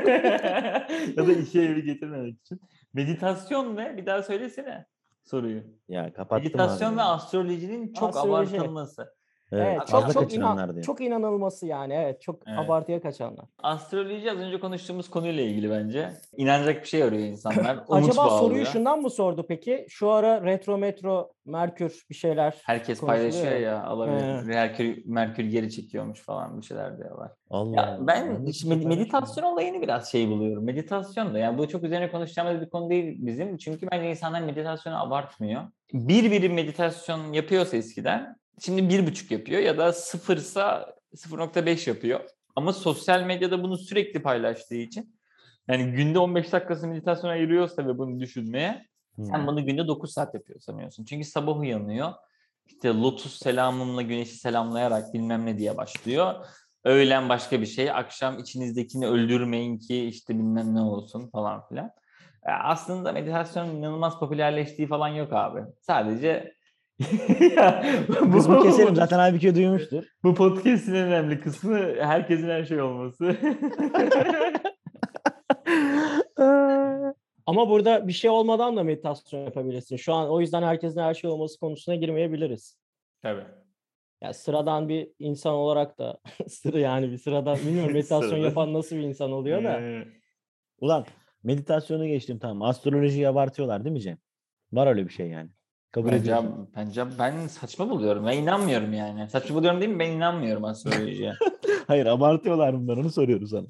[SPEAKER 1] ya da işe evi getirmemek için. Meditasyon ve bir daha söylesene soruyu.
[SPEAKER 2] Ya kapattım
[SPEAKER 1] Meditasyon
[SPEAKER 2] abi.
[SPEAKER 1] ve astrolojinin çok
[SPEAKER 3] Astroloji.
[SPEAKER 1] abartılması.
[SPEAKER 2] Evet,
[SPEAKER 3] Evet,
[SPEAKER 2] fazla
[SPEAKER 3] çok, çok,
[SPEAKER 2] kaçıranlar
[SPEAKER 3] inan,
[SPEAKER 2] diyor.
[SPEAKER 3] çok inanılması yani. Evet çok
[SPEAKER 1] Evet.
[SPEAKER 3] abartıya kaçanlar.
[SPEAKER 1] Astroloji az önce konuştuğumuz konuyla ilgili bence. İnanacak bir şey arıyor insanlar. Umut
[SPEAKER 3] Acaba soruyu
[SPEAKER 1] bağlıyor.
[SPEAKER 3] şundan mı sordu peki? Şu ara retro metro merkür bir şeyler.
[SPEAKER 1] Herkes
[SPEAKER 3] konuşuluyor
[SPEAKER 1] paylaşıyor
[SPEAKER 3] ya.
[SPEAKER 1] ya alabilir.
[SPEAKER 3] He.
[SPEAKER 1] Merkür, Merkür geri çekiyormuş falan bir şeyler diyorlar.
[SPEAKER 2] Allah
[SPEAKER 1] Ya
[SPEAKER 2] Allah,
[SPEAKER 1] ben
[SPEAKER 2] de
[SPEAKER 1] hiç
[SPEAKER 2] çok
[SPEAKER 1] med-
[SPEAKER 3] şey
[SPEAKER 2] merak
[SPEAKER 1] meditasyon olayını biraz şey buluyorum. Meditasyon da yani bu çok üzerine konuşacağımız bir konu değil bizim. Çünkü bence insanlar meditasyonu abartmıyor. Bir birim meditasyon yapıyorsa eskiden şimdi bir buçuk yapıyor ya da sıfırsa 0.5 yapıyor. Ama sosyal medyada bunu sürekli paylaştığı için yani günde 15 dakikası meditasyona ayırıyorsa ve bunu düşünmeye
[SPEAKER 2] ediyorum.
[SPEAKER 1] sen bunu günde 9 saat yapıyor sanıyorsun. Çünkü sabah uyanıyor. İşte lotus selamımla güneşi selamlayarak bilmem ne diye başlıyor. Öğlen başka bir şey. Akşam içinizdekini öldürmeyin ki işte bilmem ne olsun falan filan. E, Aslında meditasyonun inanılmaz popülerleştiği falan yok abi. Sadece bu,
[SPEAKER 2] Biz bu keselim zaten Aybüke duymuştur.
[SPEAKER 1] bu podcast'in en önemli kısmı herkesin her şey olması.
[SPEAKER 3] Ama burada bir şey olmadan da meditasyon yapabilirsin. Şu an o yüzden herkesin her şey olması konusuna girmeyebiliriz.
[SPEAKER 1] Tabii.
[SPEAKER 3] Ya sıradan bir insan olarak da sıra yani bir sıradan bilmiyorum meditasyon
[SPEAKER 1] Sıradan.
[SPEAKER 3] yapan nasıl bir insan oluyor da.
[SPEAKER 1] Ee,
[SPEAKER 2] Ulan meditasyonu geçtim tamam. Astrolojiyi abartıyorlar değil mi Cem? Var öyle bir şey yani. Kabul
[SPEAKER 1] Bence,
[SPEAKER 2] ediyorum.
[SPEAKER 1] bence ben saçma buluyorum ve inanmıyorum yani. Saçma buluyorum değil mi? Ben inanmıyorum astrolojiye.
[SPEAKER 2] Hayır abartıyorlar bunlar onu soruyorum sana.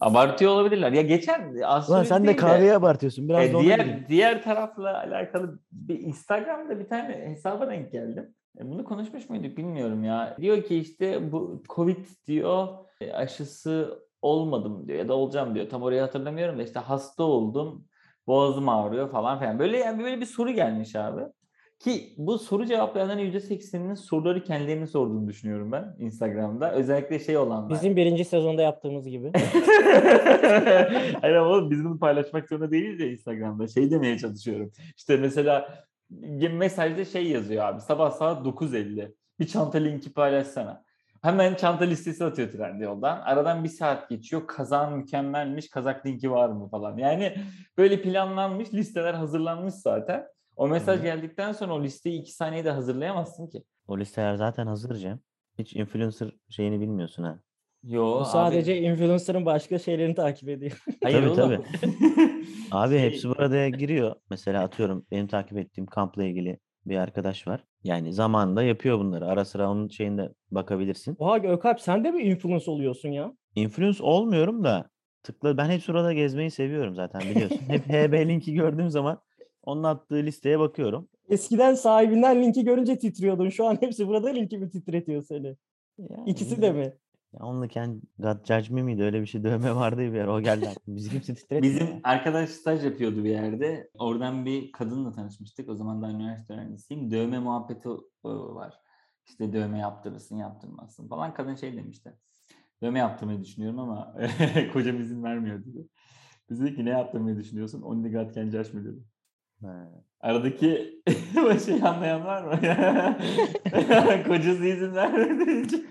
[SPEAKER 1] Abartıyor olabilirler. Ya geçen astroloji
[SPEAKER 2] Ulan sen de
[SPEAKER 1] değil
[SPEAKER 2] kahveye abartıyorsun. Biraz
[SPEAKER 1] e,
[SPEAKER 2] da ona
[SPEAKER 1] diğer
[SPEAKER 2] gireyim.
[SPEAKER 1] diğer tarafla alakalı bir Instagram'da bir tane hesaba denk geldim. E, Bunu konuşmuş muyduk bilmiyorum ya. Diyor ki işte bu Covid diyor e, aşısı olmadım diyor ya da olacağım diyor. Tam orayı hatırlamıyorum da işte hasta oldum. Boğazım ağrıyor falan filan. Böyle yani böyle bir soru gelmiş abi. Ki bu soru cevaplayanların %80'inin soruları kendilerini sorduğunu düşünüyorum ben Instagram'da. Özellikle şey olanlar.
[SPEAKER 3] Bizim birinci sezonda yaptığımız gibi.
[SPEAKER 1] Hayır ama oğlum biz bunu paylaşmak zorunda değiliz ya Instagram'da. Şey demeye çalışıyorum. İşte mesela mesajda şey yazıyor abi. Sabah saat 9.50. Bir çanta linki paylaşsana. Hemen çanta listesi atıyor trendi yoldan. Aradan bir saat geçiyor. Kazan mükemmelmiş. Kazak linki var mı falan. Yani böyle planlanmış listeler hazırlanmış zaten. O mesaj
[SPEAKER 2] Hı.
[SPEAKER 1] geldikten sonra o listeyi iki saniyede hazırlayamazsın ki.
[SPEAKER 2] O listeler zaten hazır Cem. Hiç influencer şeyini bilmiyorsun ha.
[SPEAKER 1] Yo
[SPEAKER 3] Bu
[SPEAKER 1] abi.
[SPEAKER 3] sadece influencer'ın başka şeylerini takip ediyor.
[SPEAKER 1] Hayır
[SPEAKER 2] Tabii,
[SPEAKER 1] oğlum.
[SPEAKER 2] Abi
[SPEAKER 1] Şey-
[SPEAKER 2] hepsi bu araya giriyor. Mesela atıyorum benim takip ettiğim kampla ilgili bir arkadaş var. Yani zamanında yapıyor bunları. Ara sıra onun şeyinde bakabilirsin.
[SPEAKER 3] Oha Gökalp sen de mi influencer oluyorsun ya?
[SPEAKER 2] Influence olmuyorum da tıkla ben hep sırada gezmeyi seviyorum zaten biliyorsun. hep HB linki gördüğüm zaman onun attığı listeye bakıyorum.
[SPEAKER 3] Eskiden sahibinden linki görünce titriyordun. Şu an hepsi burada linki mi titretiyor seni?
[SPEAKER 2] Yani
[SPEAKER 3] İkisi
[SPEAKER 1] Hmm.
[SPEAKER 3] de mi?
[SPEAKER 2] Ya onunla kendi God Judge Me miydi? Öyle bir şey dövme vardı ya bir ara. O geldi aklıma. Bizi kimse titretmiyor.
[SPEAKER 1] Bizim
[SPEAKER 2] ya.
[SPEAKER 1] arkadaş staj yapıyordu bir yerde. Oradan bir kadınla tanışmıştık. O zaman da üniversite öğrencisiyim. Dövme muhabbeti e, var. İşte dövme yaptırırsın yaptırmazsın falan. Kadın şey demişti. Dövme yaptırmayı düşünüyorum ama kocam izin vermiyor dedi. Biz dedik ki ne yaptırmayı düşünüyorsun? Only God can judge me dedi.
[SPEAKER 2] Ha.
[SPEAKER 1] Aradaki şey anlayan var mı? Kocası izin vermediği için.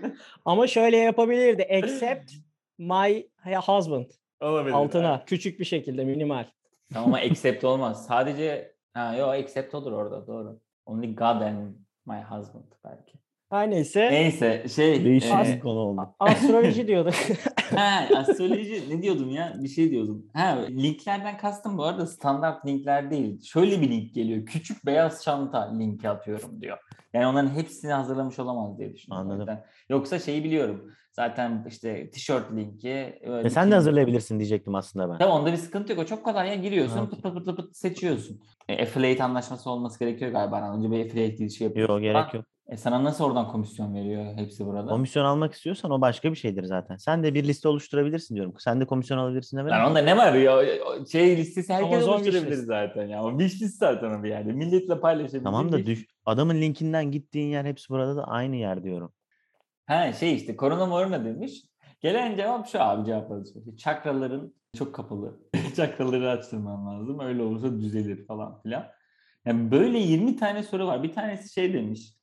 [SPEAKER 3] Ama şöyle yapabilirdi. Except my husband.
[SPEAKER 1] Olabilir.
[SPEAKER 3] Altına küçük bir şekilde minimal.
[SPEAKER 1] Tamam ama accept olmaz. Sadece ha yo accept olur orada doğru. Only God and my husband belki.
[SPEAKER 3] Her neyse.
[SPEAKER 1] Neyse şey
[SPEAKER 2] Değişik bir
[SPEAKER 1] e,
[SPEAKER 2] konu oldu.
[SPEAKER 3] Astroloji diyorduk.
[SPEAKER 1] ha, astroloji ne diyordum ya? Bir şey diyordum. Ha linklerden kastım bu arada standart linkler değil. Şöyle bir link geliyor. Küçük beyaz çanta linki atıyorum diyor. Yani onların hepsini hazırlamış olamaz diye düşünüyorum.
[SPEAKER 2] Anladım.
[SPEAKER 1] Ben- Yoksa şeyi biliyorum. Zaten işte tişört linki. öyle
[SPEAKER 2] E sen
[SPEAKER 1] bir-
[SPEAKER 2] de hazırlayabilirsin diyecektim aslında ben.
[SPEAKER 1] Tamam onda bir sıkıntı yok. O çok kolay ya. Giriyorsun
[SPEAKER 2] Ha,
[SPEAKER 1] pıt pıt pıt pıt seçiyorsun. E, affiliate anlaşması olması gerekiyor galiba. Yani Önce bir affiliate girişi yapıyorsun.
[SPEAKER 2] Yok
[SPEAKER 1] Ha,
[SPEAKER 2] gerek yok.
[SPEAKER 1] E, sana nasıl oradan komisyon veriyor hepsi burada?
[SPEAKER 2] Komisyon almak istiyorsan o başka bir şeydir zaten. Sen de bir liste oluşturabilirsin diyorum. Sen de komisyon alabilirsin demedim.
[SPEAKER 1] Lan
[SPEAKER 2] mi?
[SPEAKER 1] onda ne var ya? O Şey listesi herkes
[SPEAKER 3] Amazon
[SPEAKER 1] oluşturabilir
[SPEAKER 3] wishlist.
[SPEAKER 1] zaten ya. O wish list zaten o bir yerde. Milletle paylaşabilir.
[SPEAKER 2] Tamam da
[SPEAKER 1] wish-
[SPEAKER 2] düş- adamın linkinden gittiğin yer hepsi burada da aynı yer diyorum.
[SPEAKER 1] Ha şey işte korona morona demiş. Gelen cevap şu abi cevap alışverişi. Çakraların çok kapalı. Çakraları açtırman lazım. Öyle olursa düzelir falan filan. Yani böyle 20 tane soru var. Bir tanesi şey demiş.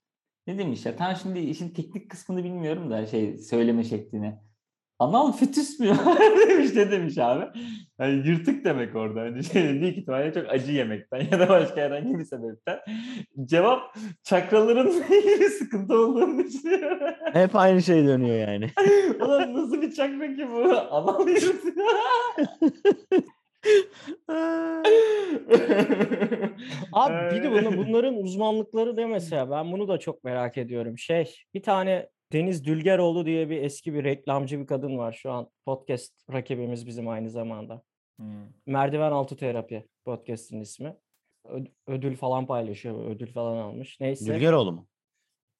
[SPEAKER 1] Ne demiş ya? Tam şimdi işin teknik kısmını bilmiyorum da şey söyleme şeklini. Anal fütüs mü? demiş ne demiş abi? Yani yırtık demek orada. Hani şey, büyük ihtimalle çok acı yemekten ya da başka herhangi bir sebepten. Cevap çakraların ilgili sıkıntı olduğunu düşünüyorum.
[SPEAKER 2] Hep aynı şey dönüyor yani.
[SPEAKER 1] Ulan nasıl bir çakma ki bu? Anam yürüsün.
[SPEAKER 3] Abi bir de bunu,
[SPEAKER 1] Öyle.
[SPEAKER 3] bunların uzmanlıkları de mesela ben bunu da çok merak ediyorum. Şey bir tane Deniz Dülgeroğlu diye bir eski bir reklamcı bir kadın var şu an podcast rakibimiz bizim aynı zamanda.
[SPEAKER 1] Hmm.
[SPEAKER 3] Merdiven Altı Terapi podcast'in ismi. Ö- ödül falan paylaşıyor ödül falan almış. Neyse.
[SPEAKER 2] Dülgeroğlu mu?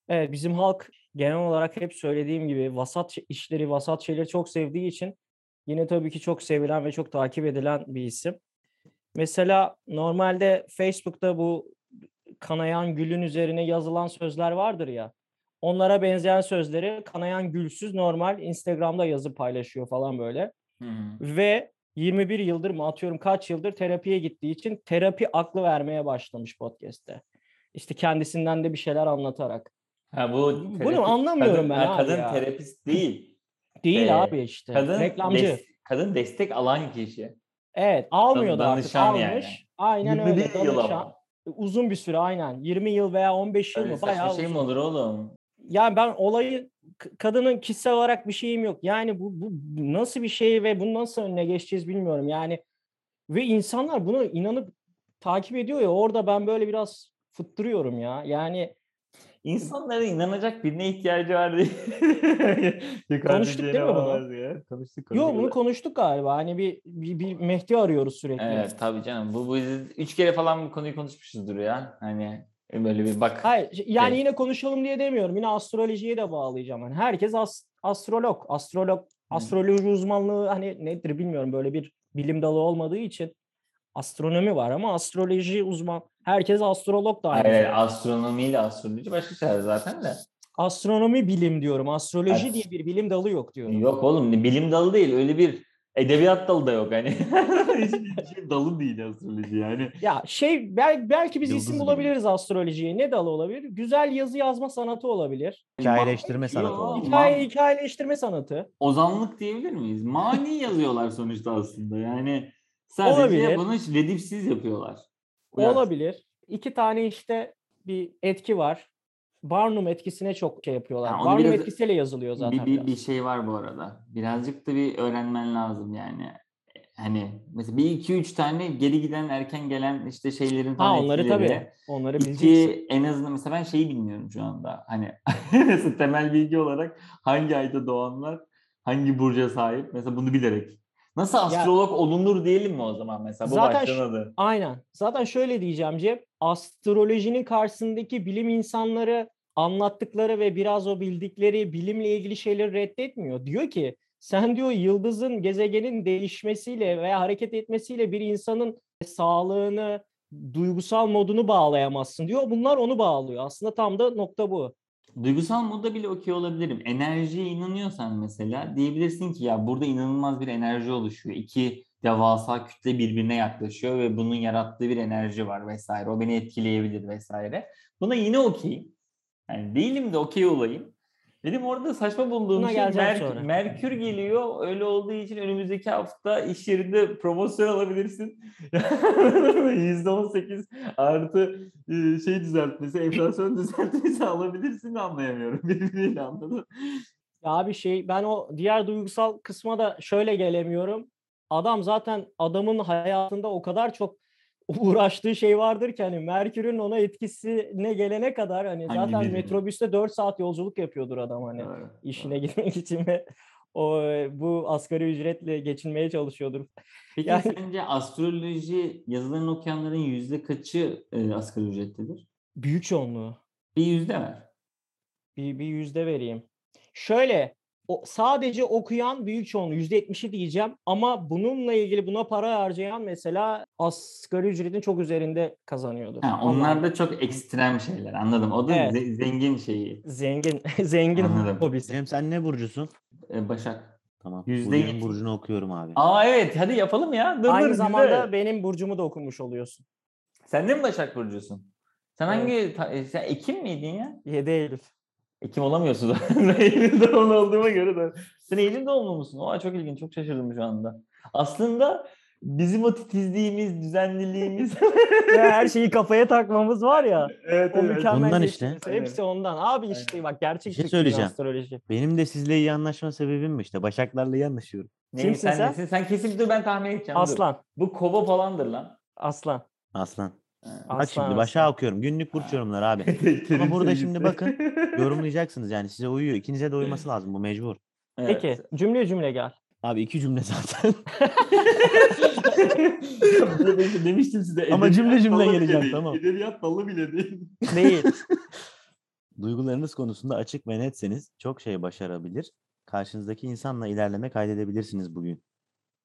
[SPEAKER 3] Evet bizim halk genel olarak hep söylediğim gibi vasat şe- işleri, vasat şeyleri çok sevdiği için yine tabii ki çok sevilen ve çok takip edilen bir isim. Mesela normalde Facebook'ta bu kanayan gülün üzerine yazılan sözler vardır ya. Onlara benzeyen sözleri kanayan gülsüz normal Instagram'da yazı paylaşıyor falan böyle
[SPEAKER 1] Hmm.
[SPEAKER 3] ve 21 yıldır mı atıyorum kaç yıldır terapiye gittiği için terapi aklı vermeye başlamış podcast'te. İşte kendisinden de bir şeyler anlatarak.
[SPEAKER 1] Ha bu
[SPEAKER 3] Bunu
[SPEAKER 1] terapist-
[SPEAKER 3] anlamıyorum
[SPEAKER 1] kadın,
[SPEAKER 3] ben
[SPEAKER 1] ha,
[SPEAKER 3] abi
[SPEAKER 1] Kadın
[SPEAKER 3] ya.
[SPEAKER 1] terapist değil.
[SPEAKER 3] Değil
[SPEAKER 1] Ee,
[SPEAKER 3] abi işte.
[SPEAKER 1] Kadın
[SPEAKER 3] Reklamcı.
[SPEAKER 1] des- kadın destek alan kişi.
[SPEAKER 3] Evet almıyor da artık
[SPEAKER 1] Danışan
[SPEAKER 3] almış.
[SPEAKER 1] yani.
[SPEAKER 3] Aynen
[SPEAKER 1] 21
[SPEAKER 3] öyle. şey
[SPEAKER 1] yıl
[SPEAKER 3] danışan. E,
[SPEAKER 1] ama.
[SPEAKER 3] Uzun bir süre aynen. 20 yıl veya 15 yıl
[SPEAKER 1] Öyle
[SPEAKER 3] mı?
[SPEAKER 1] saçma
[SPEAKER 3] Bayağı
[SPEAKER 1] şey mi
[SPEAKER 3] uzun.
[SPEAKER 1] olur oğlum?
[SPEAKER 3] Yani ben olayı k- kadının kişisel olarak bir şeyim yok. Yani bu, bu bu nasıl bir şey ve bunu nasıl önüne geçeceğiz bilmiyorum. Yani ve insanlar buna inanıp takip ediyor ya orada ben böyle biraz fıttırıyorum ya. Yani
[SPEAKER 1] İnsanların inanacak birine ihtiyacı var diye. Yukarıda
[SPEAKER 3] Konuştuk
[SPEAKER 1] bir
[SPEAKER 3] değil mi bunu?
[SPEAKER 1] olamaz ya. Konuştuk. konuştuk.
[SPEAKER 3] yok bunu konuştuk galiba. Hani bir, bir, bir Mehdi arıyoruz sürekli.
[SPEAKER 1] Evet tabii canım. Bu, bu üç kere falan bu konuyu konuşmuşuzdur ya. Hani böyle bir bak.
[SPEAKER 3] Hayır ş- yani
[SPEAKER 1] Evet.
[SPEAKER 3] yine konuşalım diye demiyorum. Yine astrolojiye de bağlayacağım. Hani herkes as- astrolog, astrolog, astroloji uzmanlığı hani nedir bilmiyorum böyle bir bilim dalı olmadığı için astronomi var ama astroloji uzman Herkes astrolog da aynı.
[SPEAKER 1] Hayır,
[SPEAKER 3] şey.
[SPEAKER 1] hayır, astronomiyle astroloji başka şeyler zaten de.
[SPEAKER 3] Astronomi bilim diyorum. Astroloji
[SPEAKER 1] Ast-
[SPEAKER 3] diye bir bilim dalı yok diyorum.
[SPEAKER 1] Yok oğlum bilim dalı değil öyle bir edebiyat dalı da yok hani. Hiçbir şey dalı değil astroloji yani.
[SPEAKER 3] Ya şey bel- belki biz
[SPEAKER 2] Yıldız
[SPEAKER 3] isim
[SPEAKER 2] bilimi.
[SPEAKER 3] bulabiliriz astrolojiye. Ne dalı olabilir? Güzel yazı yazma sanatı olabilir.
[SPEAKER 2] Hikayeleştirme sanatı
[SPEAKER 1] Ya,
[SPEAKER 2] olarak.
[SPEAKER 3] Hikaye
[SPEAKER 1] man-
[SPEAKER 3] hikayeleştirme sanatı.
[SPEAKER 1] Ozanlık diyebilir miyiz? Mani yazıyorlar sonuçta aslında yani. Sadece
[SPEAKER 3] Olabilir.
[SPEAKER 1] bunu hiç redipsiz yapıyorlar.
[SPEAKER 3] Olabilir. İki tane işte bir etki var. Barnum etkisine çok şey yapıyorlar.
[SPEAKER 1] Ha, onu
[SPEAKER 3] Barnum
[SPEAKER 1] biraz-
[SPEAKER 3] etkisiyle yazılıyor zaten.
[SPEAKER 1] bir, bir,
[SPEAKER 3] biraz.
[SPEAKER 1] bir şey var bu arada. Birazcık da bir öğrenmen lazım yani. Hani mesela bir iki üç tane geri giden erken gelen işte şeylerin
[SPEAKER 3] Ha
[SPEAKER 1] falan
[SPEAKER 3] onları
[SPEAKER 1] etkileri.
[SPEAKER 3] tabii. Onları bileceksin.
[SPEAKER 1] İki en azından mesela ben şeyi bilmiyorum şu anda. Hani mesela temel bilgi olarak hangi ayda doğanlar hangi burca sahip mesela bunu bilerek. Nasıl astrolog olunur diyelim mi o zaman mesela bu
[SPEAKER 3] Zaten
[SPEAKER 1] başlığın
[SPEAKER 3] şu-
[SPEAKER 1] adı.
[SPEAKER 3] Aynen. Zaten şöyle diyeceğim Cem. Astrolojinin karşısındaki bilim insanları anlattıkları ve biraz o bildikleri bilimle ilgili şeyleri reddetmiyor. Diyor ki sen diyor yıldızın, gezegenin değişmesiyle veya hareket etmesiyle bir insanın sağlığını, duygusal modunu bağlayamazsın diyor. Bunlar onu bağlıyor. Aslında tam da nokta bu.
[SPEAKER 1] Duygusal modda bile okey olabilirim. Enerjiye inanıyorsan mesela diyebilirsin ki ya burada inanılmaz bir enerji oluşuyor. İki devasa kütle birbirine yaklaşıyor ve bunun yarattığı bir enerji var vesaire. O beni etkileyebilir vesaire. Buna yine okeyim. Yani değilim de okey olayım. Benim orada saçma bulduğum
[SPEAKER 3] Buna
[SPEAKER 1] şey
[SPEAKER 3] geleceğim
[SPEAKER 1] Merk-
[SPEAKER 3] sonra.
[SPEAKER 1] Merkür geliyor. Öyle olduğu için önümüzdeki hafta iş yerinde promosyon alabilirsin. %18 artı e, şey düzeltmesi, enflasyon düzeltmesi alabilirsin de anlayamıyorum. Birbiriyle anladın.
[SPEAKER 3] Ya abi şey ben o diğer duygusal kısma da şöyle gelemiyorum. Adam zaten adamın hayatında o kadar çok uğraştığı şey vardır ki hani Merkür'ün ona etkisine gelene kadar hani
[SPEAKER 1] Hangi
[SPEAKER 3] zaten
[SPEAKER 1] biri?
[SPEAKER 3] metrobüste 4 saat yolculuk yapıyordur adam hani
[SPEAKER 1] Doğru,
[SPEAKER 3] işine
[SPEAKER 1] doğru.
[SPEAKER 3] gitmek için ve o e, bu asgari ücretle geçinmeye çalışıyordur.
[SPEAKER 1] Peki
[SPEAKER 3] Yani-
[SPEAKER 1] sence astroloji yazılarını okuyanların yüzde kaçı e, asgari ücretlidir?
[SPEAKER 3] Büyük çoğunluğu.
[SPEAKER 1] Bir yüzde ver.
[SPEAKER 3] Bir, bir yüzde vereyim. Şöyle o, sadece okuyan büyük çoğunluğu yüzde yetmişi diyeceğim ama bununla ilgili buna para harcayan mesela asgari ücretin çok üzerinde kazanıyordur.
[SPEAKER 1] Ha,
[SPEAKER 3] Ama
[SPEAKER 1] onlar da çok ekstrem şeyler anladım. O da
[SPEAKER 3] Evet.
[SPEAKER 1] ze- zengin şeyi.
[SPEAKER 3] zengin zengin
[SPEAKER 1] Anladım.
[SPEAKER 3] hobisi.
[SPEAKER 2] Cem sen ne burcusun?
[SPEAKER 1] E, Başak.
[SPEAKER 2] Tamam.
[SPEAKER 1] Yüzde
[SPEAKER 2] Yüzde
[SPEAKER 1] yetmiş.
[SPEAKER 2] burcunu okuyorum abi.
[SPEAKER 1] Aa evet hadi yapalım ya. Dur, dur,
[SPEAKER 3] Aynı
[SPEAKER 1] güzel.
[SPEAKER 3] zamanda benim burcumu da okumuş oluyorsun.
[SPEAKER 1] Sen de mi Başak Burcu'sun? Sen
[SPEAKER 3] Evet.
[SPEAKER 1] hangi... ta- e, sen Ekim miydin ya?
[SPEAKER 3] 7 Eylül.
[SPEAKER 1] Ekim E, olamıyorsun zaten. Ben Eylül doğumlu olduğuma göre de. Sen Eylül doğumlu musun? Oha çok ilginç. Çok şaşırdım şu anda. Aslında bizim o titizliğimiz, düzenliliğimiz.
[SPEAKER 3] Ve her şeyi kafaya takmamız var ya.
[SPEAKER 1] evet,
[SPEAKER 3] O mükemmel
[SPEAKER 2] Ondan
[SPEAKER 3] geçtiğimiz.
[SPEAKER 1] işte.
[SPEAKER 3] Hepsi ondan. Abi işte bak gerçek
[SPEAKER 2] Bir şey
[SPEAKER 3] fikrin
[SPEAKER 2] söyleyeceğim.
[SPEAKER 3] astroloji.
[SPEAKER 2] Benim de sizle iyi anlaşma sebebim mi işte? Başaklarla iyi anlaşıyorum.
[SPEAKER 3] Kimsin
[SPEAKER 1] sen?
[SPEAKER 3] sen?
[SPEAKER 1] nesin? Sen kesin dur ben tahmin edeceğim. dur.
[SPEAKER 3] Aslan.
[SPEAKER 1] Bu kova falandır lan.
[SPEAKER 3] Aslan.
[SPEAKER 2] Aslan.
[SPEAKER 1] Ha.
[SPEAKER 2] Bak
[SPEAKER 3] Aslan,
[SPEAKER 2] şimdi başa okuyorum. Günlük burç yorumları abi.
[SPEAKER 1] Terim
[SPEAKER 2] burada
[SPEAKER 1] sevgisi.
[SPEAKER 2] şimdi bakın, Yorumlayacaksınız yani size uyuyor. İkinize de uyması lazım bu mecbur.
[SPEAKER 1] Evet.
[SPEAKER 3] Peki cümle cümle gel.
[SPEAKER 2] Abi iki cümle zaten.
[SPEAKER 1] Bunu ben Demiştim size.
[SPEAKER 2] Ama
[SPEAKER 1] edebiyat
[SPEAKER 2] cümle cümle
[SPEAKER 1] dalı bile
[SPEAKER 2] geleceğim,
[SPEAKER 1] değil.
[SPEAKER 2] tamam.
[SPEAKER 1] Edebiyat dalı bile değil.
[SPEAKER 3] Değil.
[SPEAKER 2] Duygularınız konusunda açık ve netseniz çok şey başarabilir. Karşınızdaki insanla ilerleme kaydedebilirsiniz bugün.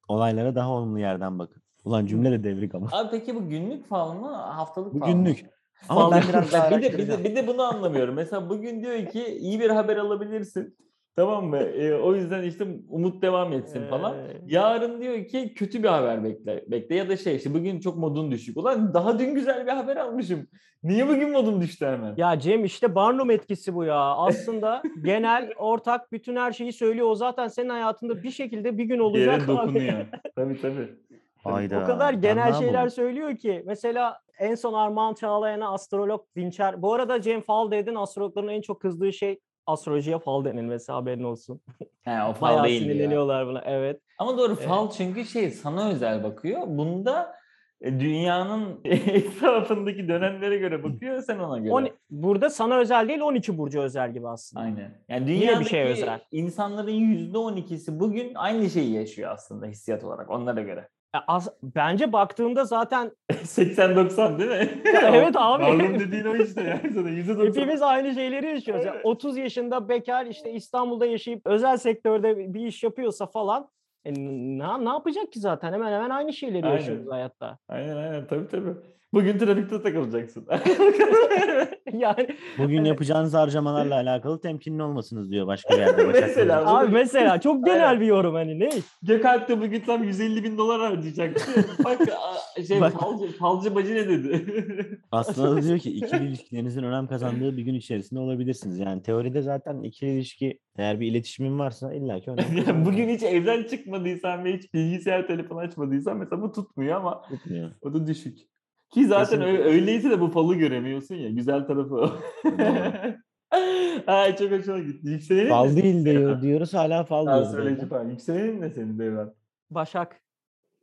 [SPEAKER 2] Olaylara daha olumlu yerden bakın. Ulan cümle de devrik ama.
[SPEAKER 1] Abi peki bu günlük fal mı haftalık
[SPEAKER 2] Bu
[SPEAKER 1] fal mı?
[SPEAKER 2] günlük. Ama ben
[SPEAKER 1] Fal-
[SPEAKER 2] biraz
[SPEAKER 1] bir
[SPEAKER 2] daha
[SPEAKER 1] de, bir, de,
[SPEAKER 2] araştıracağım.
[SPEAKER 1] bir de bunu anlamıyorum. Mesela bugün diyor ki iyi bir haber alabilirsin. Tamam mı? Ee, o yüzden işte umut devam etsin falan.
[SPEAKER 3] Ee,
[SPEAKER 1] Yarın diyor ki kötü bir haber bekle. Bekle ya da şey işte bugün çok modun düşük. Ulan daha dün güzel bir haber almışım. Niye bugün modum düştü hemen?
[SPEAKER 3] Ya Cem işte Barnum etkisi bu ya. Aslında genel ortak bütün her şeyi söylüyor. O zaten senin hayatında bir şekilde bir gün
[SPEAKER 1] Bir yere
[SPEAKER 3] olacak. abi.
[SPEAKER 1] dokunuyor. tabii tabii.
[SPEAKER 2] Hayda.
[SPEAKER 3] O kadar
[SPEAKER 2] ben
[SPEAKER 3] genel
[SPEAKER 2] daha
[SPEAKER 3] şeyler
[SPEAKER 2] buldum.
[SPEAKER 3] söylüyor ki. Mesela en son Armağan Çağlayan'a astrolog Dinçer. Bu arada Cem fal dedin. Astrologların en çok kızdığı şey astrolojiye fal denilmesi haberin olsun.
[SPEAKER 1] He, o fal
[SPEAKER 3] Bayağı
[SPEAKER 1] değil ya.
[SPEAKER 3] sinirleniyorlar buna. Evet.
[SPEAKER 1] Ama doğru fal çünkü şey sana özel bakıyor. Bunda e, dünyanın etrafındaki dönemlere göre bakıyor sen ona göre.
[SPEAKER 3] On, burada sana özel değil 12 burcu özel gibi aslında.
[SPEAKER 1] Aynen. Yani
[SPEAKER 3] Yine bir şey
[SPEAKER 1] dünyadaki
[SPEAKER 3] şeye özel.
[SPEAKER 1] insanların %12'si bugün aynı şeyi yaşıyor aslında hissiyat olarak onlara göre.
[SPEAKER 3] Ya as- bence baktığımda zaten
[SPEAKER 1] 80-90 değil mi?
[SPEAKER 3] evet abi.
[SPEAKER 1] Marlon dediğin o işte yani sana %90.
[SPEAKER 3] Hepimiz aynı şeyleri yaşıyoruz. ya. 30 yaşında bekar işte İstanbul'da yaşayıp özel sektörde bir iş yapıyorsa falan e, ne, ne yapacak ki zaten? Hemen hemen aynı şeyleri
[SPEAKER 1] Aynen.
[SPEAKER 3] yaşıyoruz hayatta.
[SPEAKER 1] Aynen aynen tabii tabii. Bugün trafikte takılacaksın.
[SPEAKER 3] yani
[SPEAKER 2] Bugün yapacağınız harcamalarla alakalı temkinli olmasınız diyor başka bir yerde. Başak
[SPEAKER 1] Mesela
[SPEAKER 2] Yıldız.
[SPEAKER 3] abi mesela çok genel
[SPEAKER 1] Aynen.
[SPEAKER 3] bir yorum hani ne?
[SPEAKER 1] Gökalp de bugün tam 150 bin dolar harcayacaktı. Bak a- şey
[SPEAKER 2] Bak.
[SPEAKER 1] Falcı, falcı bacı ne dedi?
[SPEAKER 2] Aslında da diyor ki ikili ilişkilerinizin önem kazandığı bir gün içerisinde olabilirsiniz. Yani teoride zaten ikili ilişki eğer bir iletişimin varsa illaki önem
[SPEAKER 1] Yani
[SPEAKER 2] kazanıyor.
[SPEAKER 1] bugün hiç evden çıkmadıysan ve hiç bilgisayar telefon açmadıysan mesela bu tutmuyor ama
[SPEAKER 2] Tutmuyor.
[SPEAKER 1] o da düşük. Ki zaten
[SPEAKER 2] Kesinlikle.
[SPEAKER 1] öyle, öyleyse de bu falı göremiyorsun ya. Güzel tarafı o. Ay çok hoşuma gitti. Yükselenin
[SPEAKER 2] Fal
[SPEAKER 1] de,
[SPEAKER 2] değil diyor, diyoruz hala fal
[SPEAKER 1] Ha,
[SPEAKER 2] diyoruz.
[SPEAKER 1] söyleyici falan. Yükselenin de senin Devran.
[SPEAKER 3] Başak.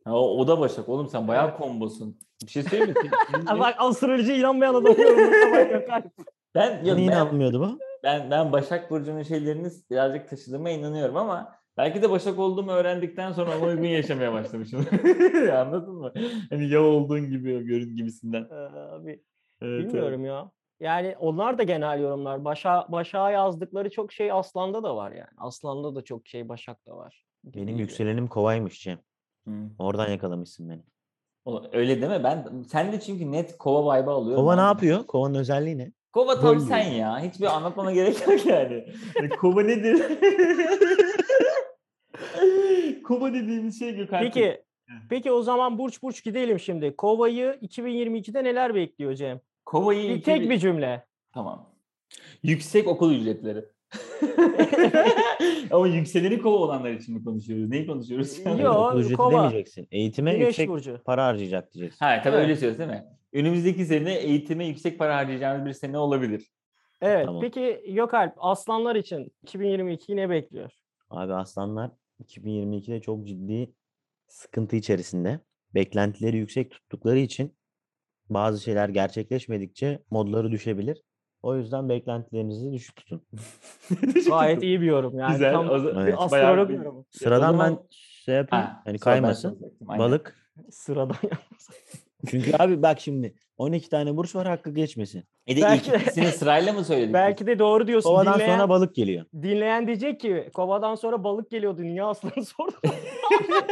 [SPEAKER 1] Ha, o, o da Başak. Oğlum sen bayağı kombosun. Bir şey söyleyeyim mi? Senin- senin-
[SPEAKER 3] Ha, bak ısırıcı inanmayan adam yorumuna bak Gökhan.
[SPEAKER 1] ben,
[SPEAKER 2] Niye
[SPEAKER 1] ya, ben,
[SPEAKER 2] inanmıyordu bu?
[SPEAKER 1] ben, ben Başak Burcu'nun şeylerini birazcık taşıdığıma inanıyorum ama belki de Başak olduğumu öğrendikten sonra ona uygun yaşamaya başlamışım. Anladın mı? Hani ya olduğun gibi görün gibisinden.
[SPEAKER 3] Ee, Abi
[SPEAKER 1] Evet, evet.
[SPEAKER 3] bilmiyorum ya. Yani onlar da genel yorumlar. Başa başa yazdıkları çok şey Aslan'da da var yani. Aslan'da da çok şey Başak'ta var.
[SPEAKER 2] Benim yükselenim kovaymış Cem.
[SPEAKER 1] Hı.
[SPEAKER 2] Oradan yakalamışsın beni.
[SPEAKER 1] Oğlum Öyle deme ben sen de çünkü net kova vibe alıyorum.
[SPEAKER 2] Kova ne
[SPEAKER 1] abi.
[SPEAKER 2] yapıyor? Kovanın özelliği ne?
[SPEAKER 1] Kova tam
[SPEAKER 2] Bölmüyor.
[SPEAKER 1] sen ya. Hiçbir anlatmana gerek yok yani. Yani kova nedir? kova dediğimiz şey Gökhan.
[SPEAKER 3] Peki Peki o zaman burç burç gidelim şimdi. Kova'yı 2022'de neler bekliyor Cem?
[SPEAKER 1] Kova'yı
[SPEAKER 3] Bir
[SPEAKER 1] iki
[SPEAKER 3] tek bir cümle.
[SPEAKER 1] Tamam. Yüksek okul ücretleri. Ama yükseleni kova olanlar için mi konuşuyoruz? Neyi konuşuyoruz? şu an?
[SPEAKER 3] Yo,
[SPEAKER 2] Okul ücreti
[SPEAKER 3] kova.
[SPEAKER 2] demeyeceksin. Eğitime
[SPEAKER 3] Güneş
[SPEAKER 2] yüksek
[SPEAKER 3] burcu.
[SPEAKER 2] para harcayacak diyeceksin.
[SPEAKER 1] Ha tabii
[SPEAKER 3] Evet.
[SPEAKER 1] öyle söylüyorsun değil mi? Önümüzdeki sene eğitime yüksek para harcayacağımız bir sene olabilir.
[SPEAKER 3] Evet.
[SPEAKER 2] Tamam.
[SPEAKER 3] Peki Gökalp aslanlar için 2022'yi ne bekliyor?
[SPEAKER 2] Abi aslanlar 2022'de çok ciddi sıkıntı içerisinde. Beklentileri yüksek tuttukları için bazı şeyler gerçekleşmedikçe modları düşebilir. O yüzden beklentilerinizi düşük tutun.
[SPEAKER 3] Gayet iyi bir yorum yani.
[SPEAKER 1] Güzel.
[SPEAKER 3] Tam
[SPEAKER 1] O zaman-
[SPEAKER 2] Evet.
[SPEAKER 3] bir
[SPEAKER 1] bayağı
[SPEAKER 3] astrolog
[SPEAKER 1] bir-
[SPEAKER 3] yorumu.
[SPEAKER 2] Sıradan
[SPEAKER 1] zaman-
[SPEAKER 2] ben şey yapayım.
[SPEAKER 1] Ha,
[SPEAKER 2] hani
[SPEAKER 1] sonra ben
[SPEAKER 2] kaymasın.
[SPEAKER 1] söyleyecektim, aynen.
[SPEAKER 2] Balık.
[SPEAKER 3] Sıradan.
[SPEAKER 2] Çünkü abi bak şimdi 12 tane burç var hakkı geçmesin.
[SPEAKER 1] E de
[SPEAKER 3] Belki-
[SPEAKER 1] ilk ikisini sırayla mı söyledik?
[SPEAKER 3] Belki de doğru diyorsun.
[SPEAKER 2] Kovadan
[SPEAKER 3] dinleyen,
[SPEAKER 2] sonra balık geliyor.
[SPEAKER 3] dinleyen diyecek ki kovadan sonra balık geliyordu. Niye aslanı sordun?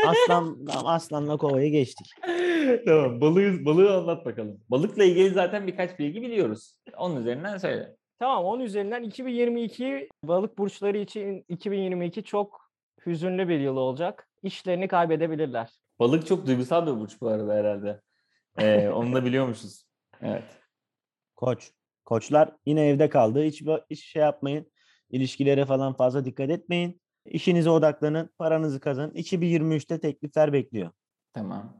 [SPEAKER 2] Aslan aslanla kovayı geçtik.
[SPEAKER 1] tamam balığı, balığı anlat bakalım. Balıkla ilgili zaten birkaç bilgi biliyoruz. Onun üzerinden söyle.
[SPEAKER 3] Tamam onun üzerinden 2022 balık burçları için 2022 çok hüzünlü bir yıl olacak. İşlerini kaybedebilirler.
[SPEAKER 1] Balık çok duygusal bir burç bu arada herhalde. Ee, onu da biliyormuşuz. Evet.
[SPEAKER 2] Koç. Koçlar yine evde kaldı. Hiç, bu- hiç şey yapmayın. İlişkilere falan fazla dikkat etmeyin. İşinize odaklanın. Paranızı kazanın. 2023'te teklifler bekliyor.
[SPEAKER 1] Tamam.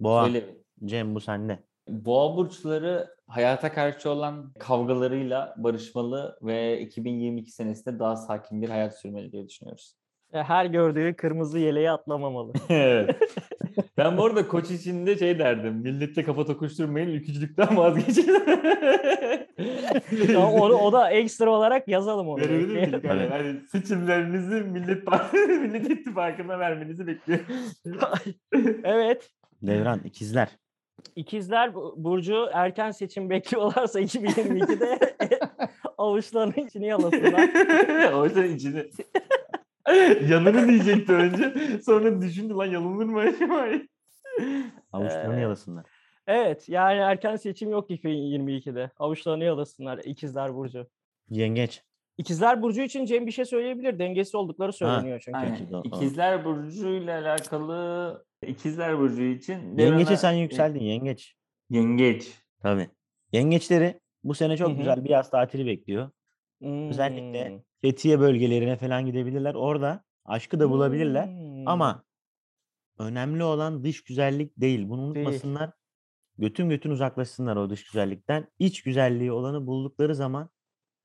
[SPEAKER 2] Boğa.
[SPEAKER 1] Söyle.
[SPEAKER 2] Cem bu sende.
[SPEAKER 1] Boğa burçları hayata karşı olan kavgalarıyla barışmalı ve 2022 senesinde daha sakin bir hayat sürmeli diye düşünüyoruz.
[SPEAKER 3] E, Her gördüğü kırmızı yeleği atlamamalı.
[SPEAKER 1] Evet. Ben bu arada koç içinde şey derdim. Milletle kafa tokuşturmayın, ülkücülükten vazgeçin.
[SPEAKER 3] Tamam, onu, o da ekstra olarak yazalım onu.
[SPEAKER 1] Verebilir
[SPEAKER 3] Ekleyelim.
[SPEAKER 1] miyiz? Yani,
[SPEAKER 2] Evet.
[SPEAKER 1] hani seçimlerinizi Millet Partisi, Millet İttifakı'na vermenizi bekliyorum.
[SPEAKER 3] Evet.
[SPEAKER 2] Devran ikizler.
[SPEAKER 3] İkizler bu- Burcu erken seçim bekliyorlarsa 2022'de avuçlarının içini yalasınlar.
[SPEAKER 1] o yüzden içini... Yanını diyecekti önce. Sonra düşündü lan yanılır mı acaba?
[SPEAKER 2] Avuçlarını
[SPEAKER 3] Ee,
[SPEAKER 2] yalasınlar.
[SPEAKER 3] Evet yani erken seçim yok 2022'de. Avuçlarını yalasınlar İkizler Burcu.
[SPEAKER 2] Yengeç.
[SPEAKER 3] İkizler Burcu için Cem bir şey söyleyebilir. Dengesiz oldukları söyleniyor çünkü.
[SPEAKER 1] Aynen.
[SPEAKER 2] Peki, doğru.
[SPEAKER 1] İkizler Burcu ile alakalı İkizler Burcu için
[SPEAKER 2] Yengeç'e
[SPEAKER 1] Devran'a-
[SPEAKER 3] e
[SPEAKER 2] sen yükseldin yengeç.
[SPEAKER 1] Yengeç.
[SPEAKER 2] Tabii. Yengeçleri bu sene
[SPEAKER 3] Hı
[SPEAKER 2] çok
[SPEAKER 3] hı.
[SPEAKER 2] güzel bir yaz tatili bekliyor. Özellikle
[SPEAKER 3] Hmm.
[SPEAKER 2] Fethiye bölgelerine falan gidebilirler. Orada aşkı da bulabilirler.
[SPEAKER 3] Hmm.
[SPEAKER 2] Ama önemli olan dış güzellik değil. Bunu
[SPEAKER 3] Değil.
[SPEAKER 2] unutmasınlar. Götün götün uzaklaşsınlar o dış güzellikten. İç güzelliği olanı buldukları zaman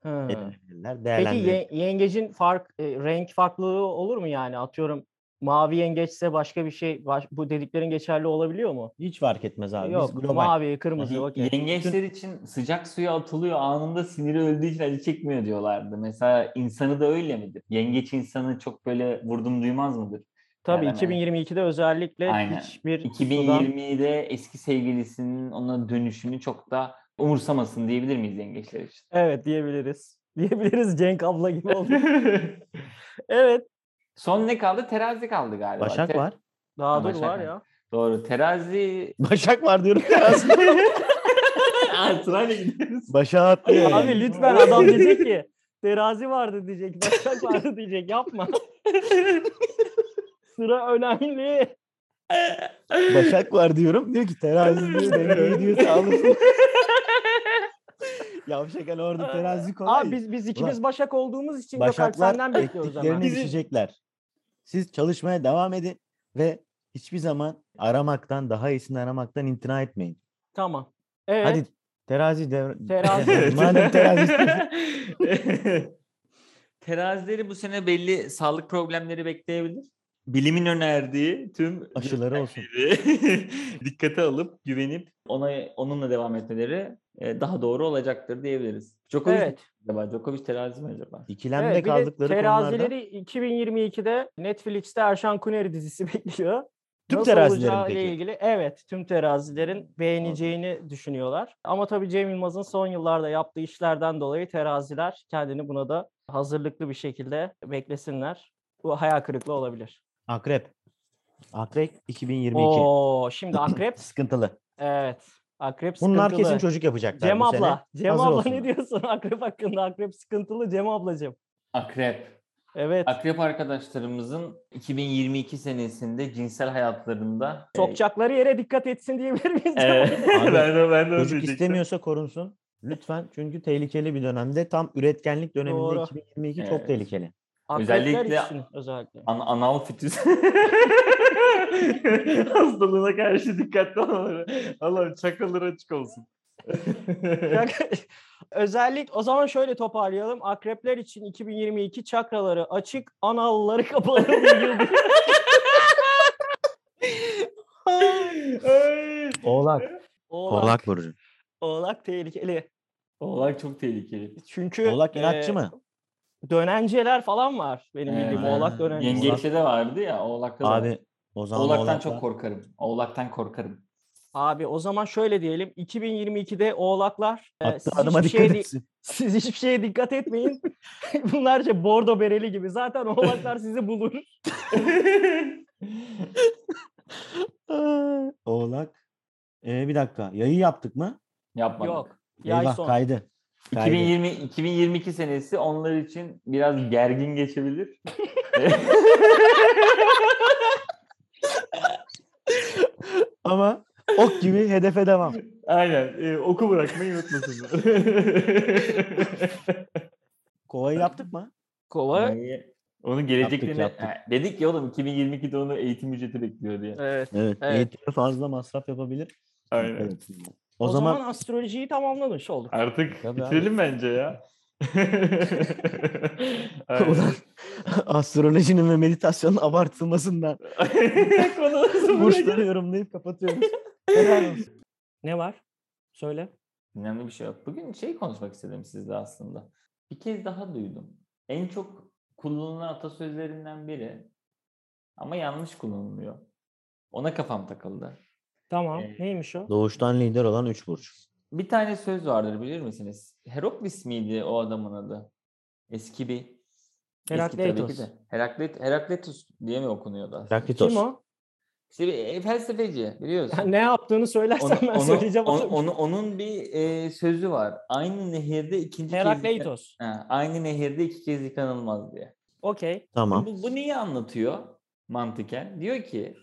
[SPEAKER 3] Hı.
[SPEAKER 2] edinebilirler,
[SPEAKER 3] Peki
[SPEAKER 2] değerlendirebilirler.
[SPEAKER 3] ye- yengecin fark e, renk farklılığı olur mu yani? Atıyorum mavi yengeçse başka bir şey baş- bu dediklerin geçerli olabiliyor mu?
[SPEAKER 2] Hiç fark etmez abi.
[SPEAKER 3] Yok,
[SPEAKER 2] Biz global.
[SPEAKER 3] mavi, kırmızı, okey.
[SPEAKER 1] Yengeçler için sıcak suya atılıyor anında siniri öldüğü için acı çekmiyor diyorlardı. Mesela insanı da öyle midir? Yengeç insanı çok böyle vurdum duymaz mıdır?
[SPEAKER 3] Tabii
[SPEAKER 1] Yani-
[SPEAKER 3] 2022'de özellikle
[SPEAKER 1] Aynen.
[SPEAKER 3] hiçbir sudan-
[SPEAKER 1] 2020'de eski sevgilisinin ona dönüşünü çok da umursamasın diyebilir miyiz yengeçler için?
[SPEAKER 3] Evet diyebiliriz. Diyebiliriz Cenk abla gibi oldu. evet.
[SPEAKER 1] Son ne kaldı? Terazi kaldı galiba.
[SPEAKER 2] Başak
[SPEAKER 1] Te-
[SPEAKER 2] var.
[SPEAKER 3] Daha dur
[SPEAKER 1] Başak
[SPEAKER 3] var
[SPEAKER 1] mı?
[SPEAKER 3] ya.
[SPEAKER 1] Doğru. Terazi
[SPEAKER 2] Başak var diyorum terazi.
[SPEAKER 1] Ertuğrul'a gidiyoruz.
[SPEAKER 2] Başa atlıyor. yani.
[SPEAKER 3] Abi lütfen adam diyecek ki terazi vardı diyecek, başak vardı diyecek. Yapma. Sıra önemli.
[SPEAKER 2] Başak var diyorum. Diyor ki terazi diyor. Dengeyi diyor sağ olasın. Yavşak hani orada terazi kolay.
[SPEAKER 3] Abi biz biz ikimiz başak olduğumuz için Gökalp senden
[SPEAKER 2] Başaklar
[SPEAKER 3] bekliyoruz ama.
[SPEAKER 2] ektiklerini düşecekler. Siz çalışmaya devam edin ve hiçbir zaman aramaktan, daha iyisini aramaktan imtina etmeyin.
[SPEAKER 3] Tamam. Evet.
[SPEAKER 2] Hadi terazi devre...
[SPEAKER 3] Terazi.
[SPEAKER 2] Madem terazi istiyorsun.
[SPEAKER 1] Terazileri bu sene belli sağlık problemleri bekleyebilir. Bilimin önerdiği tüm
[SPEAKER 2] Aşıları olsun.
[SPEAKER 1] göstergeleri dikkate alıp güvenip ona onunla devam etmeleri e, daha doğru olacaktır diyebiliriz. Djokovic mi
[SPEAKER 3] Evet.
[SPEAKER 1] acaba? Djokovic terazi mi acaba?
[SPEAKER 2] İkilemde
[SPEAKER 3] evet, bir de
[SPEAKER 2] kaldıkları konularda
[SPEAKER 3] terazileri 2022'de Netflix'te Erşan Kuneri dizisi bekliyor.
[SPEAKER 2] tüm
[SPEAKER 3] Nasıl
[SPEAKER 2] terazilerin
[SPEAKER 3] olacağı ile
[SPEAKER 2] peki.
[SPEAKER 3] ilgili evet tüm terazilerin beğeneceğini düşünüyorlar. Ama tabii Cem Yılmaz'ın son yıllarda yaptığı işlerden dolayı teraziler kendini buna da hazırlıklı bir şekilde beklesinler. Bu hayal kırıklığı olabilir.
[SPEAKER 2] Akrep. Akrep 2022.
[SPEAKER 3] Oo, şimdi akrep
[SPEAKER 2] Sıkıntılı.
[SPEAKER 3] evet. Akrep sıkıntılı.
[SPEAKER 2] Bunlar kesin çocuk yapacaklar
[SPEAKER 3] Cem
[SPEAKER 2] bu sene.
[SPEAKER 3] abla, Cem
[SPEAKER 2] Hazır
[SPEAKER 3] abla
[SPEAKER 2] olsunlar.
[SPEAKER 3] ne diyorsun akrep hakkında? Akrep sıkıntılı Cem ablacığım.
[SPEAKER 1] Akrep.
[SPEAKER 3] Evet.
[SPEAKER 1] Akrep arkadaşlarımızın 2022 senesinde cinsel hayatlarında
[SPEAKER 3] Sokacakları yere dikkat etsin diyebilir miyiz?
[SPEAKER 1] E, e,
[SPEAKER 2] Abi,
[SPEAKER 1] ben de ben de onu
[SPEAKER 2] Çocuk
[SPEAKER 1] diyecektim.
[SPEAKER 2] istemiyorsa korunsun. Lütfen çünkü tehlikeli bir dönemde tam üretkenlik döneminde
[SPEAKER 3] Doğru.
[SPEAKER 2] 2022
[SPEAKER 1] Evet.
[SPEAKER 2] çok tehlikeli.
[SPEAKER 3] Akrepler
[SPEAKER 1] özellikle-
[SPEAKER 3] için özellikle.
[SPEAKER 1] An- anal fitüs hastalığına karşı dikkatli olmaları. Allah'ım çakaları açık olsun.
[SPEAKER 3] Şaka- Özellik o zaman şöyle toparlayalım. Akrepler için 2022 çakraları açık, analları kapalı bir yıl.
[SPEAKER 1] Ay.
[SPEAKER 2] Oğlak.
[SPEAKER 3] Oğlak,
[SPEAKER 2] Oğlak burcu.
[SPEAKER 3] Oğlak tehlikeli.
[SPEAKER 1] Oğlak çok tehlikeli.
[SPEAKER 3] Çünkü
[SPEAKER 2] Oğlak
[SPEAKER 3] e,
[SPEAKER 2] inatçı mı?
[SPEAKER 3] Dönenceler falan var benim bildiğim.
[SPEAKER 2] Ee,
[SPEAKER 3] Oğlak dönenceler.
[SPEAKER 1] Yengeçte de vardı ya oğlakta da.
[SPEAKER 2] Abi o zaman
[SPEAKER 1] Oğlaktan
[SPEAKER 2] oğlak
[SPEAKER 1] çok
[SPEAKER 2] var.
[SPEAKER 1] korkarım. Oğlaktan korkarım.
[SPEAKER 3] Abi o zaman şöyle diyelim. 2022'de oğlaklar e,
[SPEAKER 2] Attı
[SPEAKER 3] siz,
[SPEAKER 2] adıma
[SPEAKER 3] hiçbir
[SPEAKER 2] dikkat
[SPEAKER 3] şeye, di-
[SPEAKER 2] etsin.
[SPEAKER 3] siz hiçbir şeye dikkat etmeyin. Bunlarca bordo bereli gibi. Zaten oğlaklar sizi bulur.
[SPEAKER 2] Aa, Oğlak. Ee, bir dakika. Yayı yaptık mı?
[SPEAKER 1] Yapmadım.
[SPEAKER 3] Yok. Yay
[SPEAKER 2] Eyvah
[SPEAKER 3] son.
[SPEAKER 2] kaydı. Kaydı.
[SPEAKER 1] 2020 2022 senesi onlar için biraz gergin geçebilir.
[SPEAKER 2] Ama ok gibi hedefe devam.
[SPEAKER 1] Aynen. Ee, oku bırakmayı unutmasınlar.
[SPEAKER 2] Kovayı yaptık mı?
[SPEAKER 3] Kova.
[SPEAKER 1] Yani Onun geleceklerine
[SPEAKER 2] yaptık.
[SPEAKER 1] Ha, dedik ya oğlum 2022'de onu eğitim ücreti bekliyor diye.
[SPEAKER 3] Evet.
[SPEAKER 2] Evet.
[SPEAKER 3] Evet.
[SPEAKER 2] Eğitime fazla masraf yapabilir.
[SPEAKER 1] Aynen.
[SPEAKER 2] Evet.
[SPEAKER 3] O,
[SPEAKER 2] O,
[SPEAKER 3] zaman,
[SPEAKER 2] zaman,
[SPEAKER 3] astrolojiyi tamamlamış olduk.
[SPEAKER 1] Artık
[SPEAKER 2] Tabii abi.
[SPEAKER 1] bitirelim bence ya. Aynen.
[SPEAKER 2] Ulan, astrolojinin ve meditasyonun abartılmasından
[SPEAKER 1] Konu nasıl buraya geldi?
[SPEAKER 2] burçları yorumlayıp kapatıyoruz. Helal olsun.
[SPEAKER 3] Ne var? Söyle.
[SPEAKER 1] Önemli bir şey yok. Bugün şey konuşmak istedim sizle aslında. Bir kez daha duydum. En çok kullanılan atasözlerinden biri ama yanlış kullanılıyor. Ona kafam takıldı.
[SPEAKER 3] Tamam.
[SPEAKER 1] Ee,
[SPEAKER 3] Neymiş o?
[SPEAKER 2] Doğuştan lider olan 3 burç.
[SPEAKER 1] Bir tane söz vardır bilir misiniz? Heroklis miydi o adamın adı? Eski bir eski tabii ki de.
[SPEAKER 3] Herakleitos.
[SPEAKER 1] Heraklit, Herakletus diye mi okunuyordu aslında?
[SPEAKER 2] Heraklitos.
[SPEAKER 3] Kim o?
[SPEAKER 1] İşte bir, e, felsefeci biliyorsun.
[SPEAKER 3] ne yaptığını söylersen
[SPEAKER 1] Onu-
[SPEAKER 3] ben
[SPEAKER 1] onu-
[SPEAKER 3] söyleyeceğim.
[SPEAKER 1] onu- onu- onun bir e, sözü var. Aynı nehirde ikinci kez yıka-
[SPEAKER 3] Herakleitos.
[SPEAKER 1] Ha, aynı nehirde iki kez yıkanılmaz diye.
[SPEAKER 3] Okey.
[SPEAKER 2] Tamam.
[SPEAKER 1] Bu, bu neyi anlatıyor mantıken? Diyor ki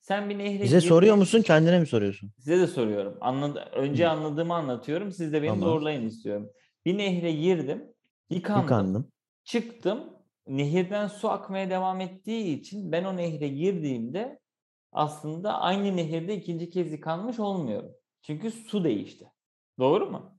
[SPEAKER 1] sen bir nehre
[SPEAKER 2] Bize
[SPEAKER 1] girdiğin-
[SPEAKER 2] soruyor musun kendine mi soruyorsun?
[SPEAKER 1] Size de soruyorum. Anladı, önce anladığımı anlatıyorum. Siz de beni
[SPEAKER 2] Tamam.
[SPEAKER 1] zorlayın istiyorum. Bir nehre girdim, yıkandım,
[SPEAKER 2] Yıkandım.
[SPEAKER 1] çıktım. Nehirden su akmaya devam ettiği için ben o nehre girdiğimde aslında aynı nehirde ikinci kez yıkanmış olmuyorum. Çünkü su değişti. Doğru mu?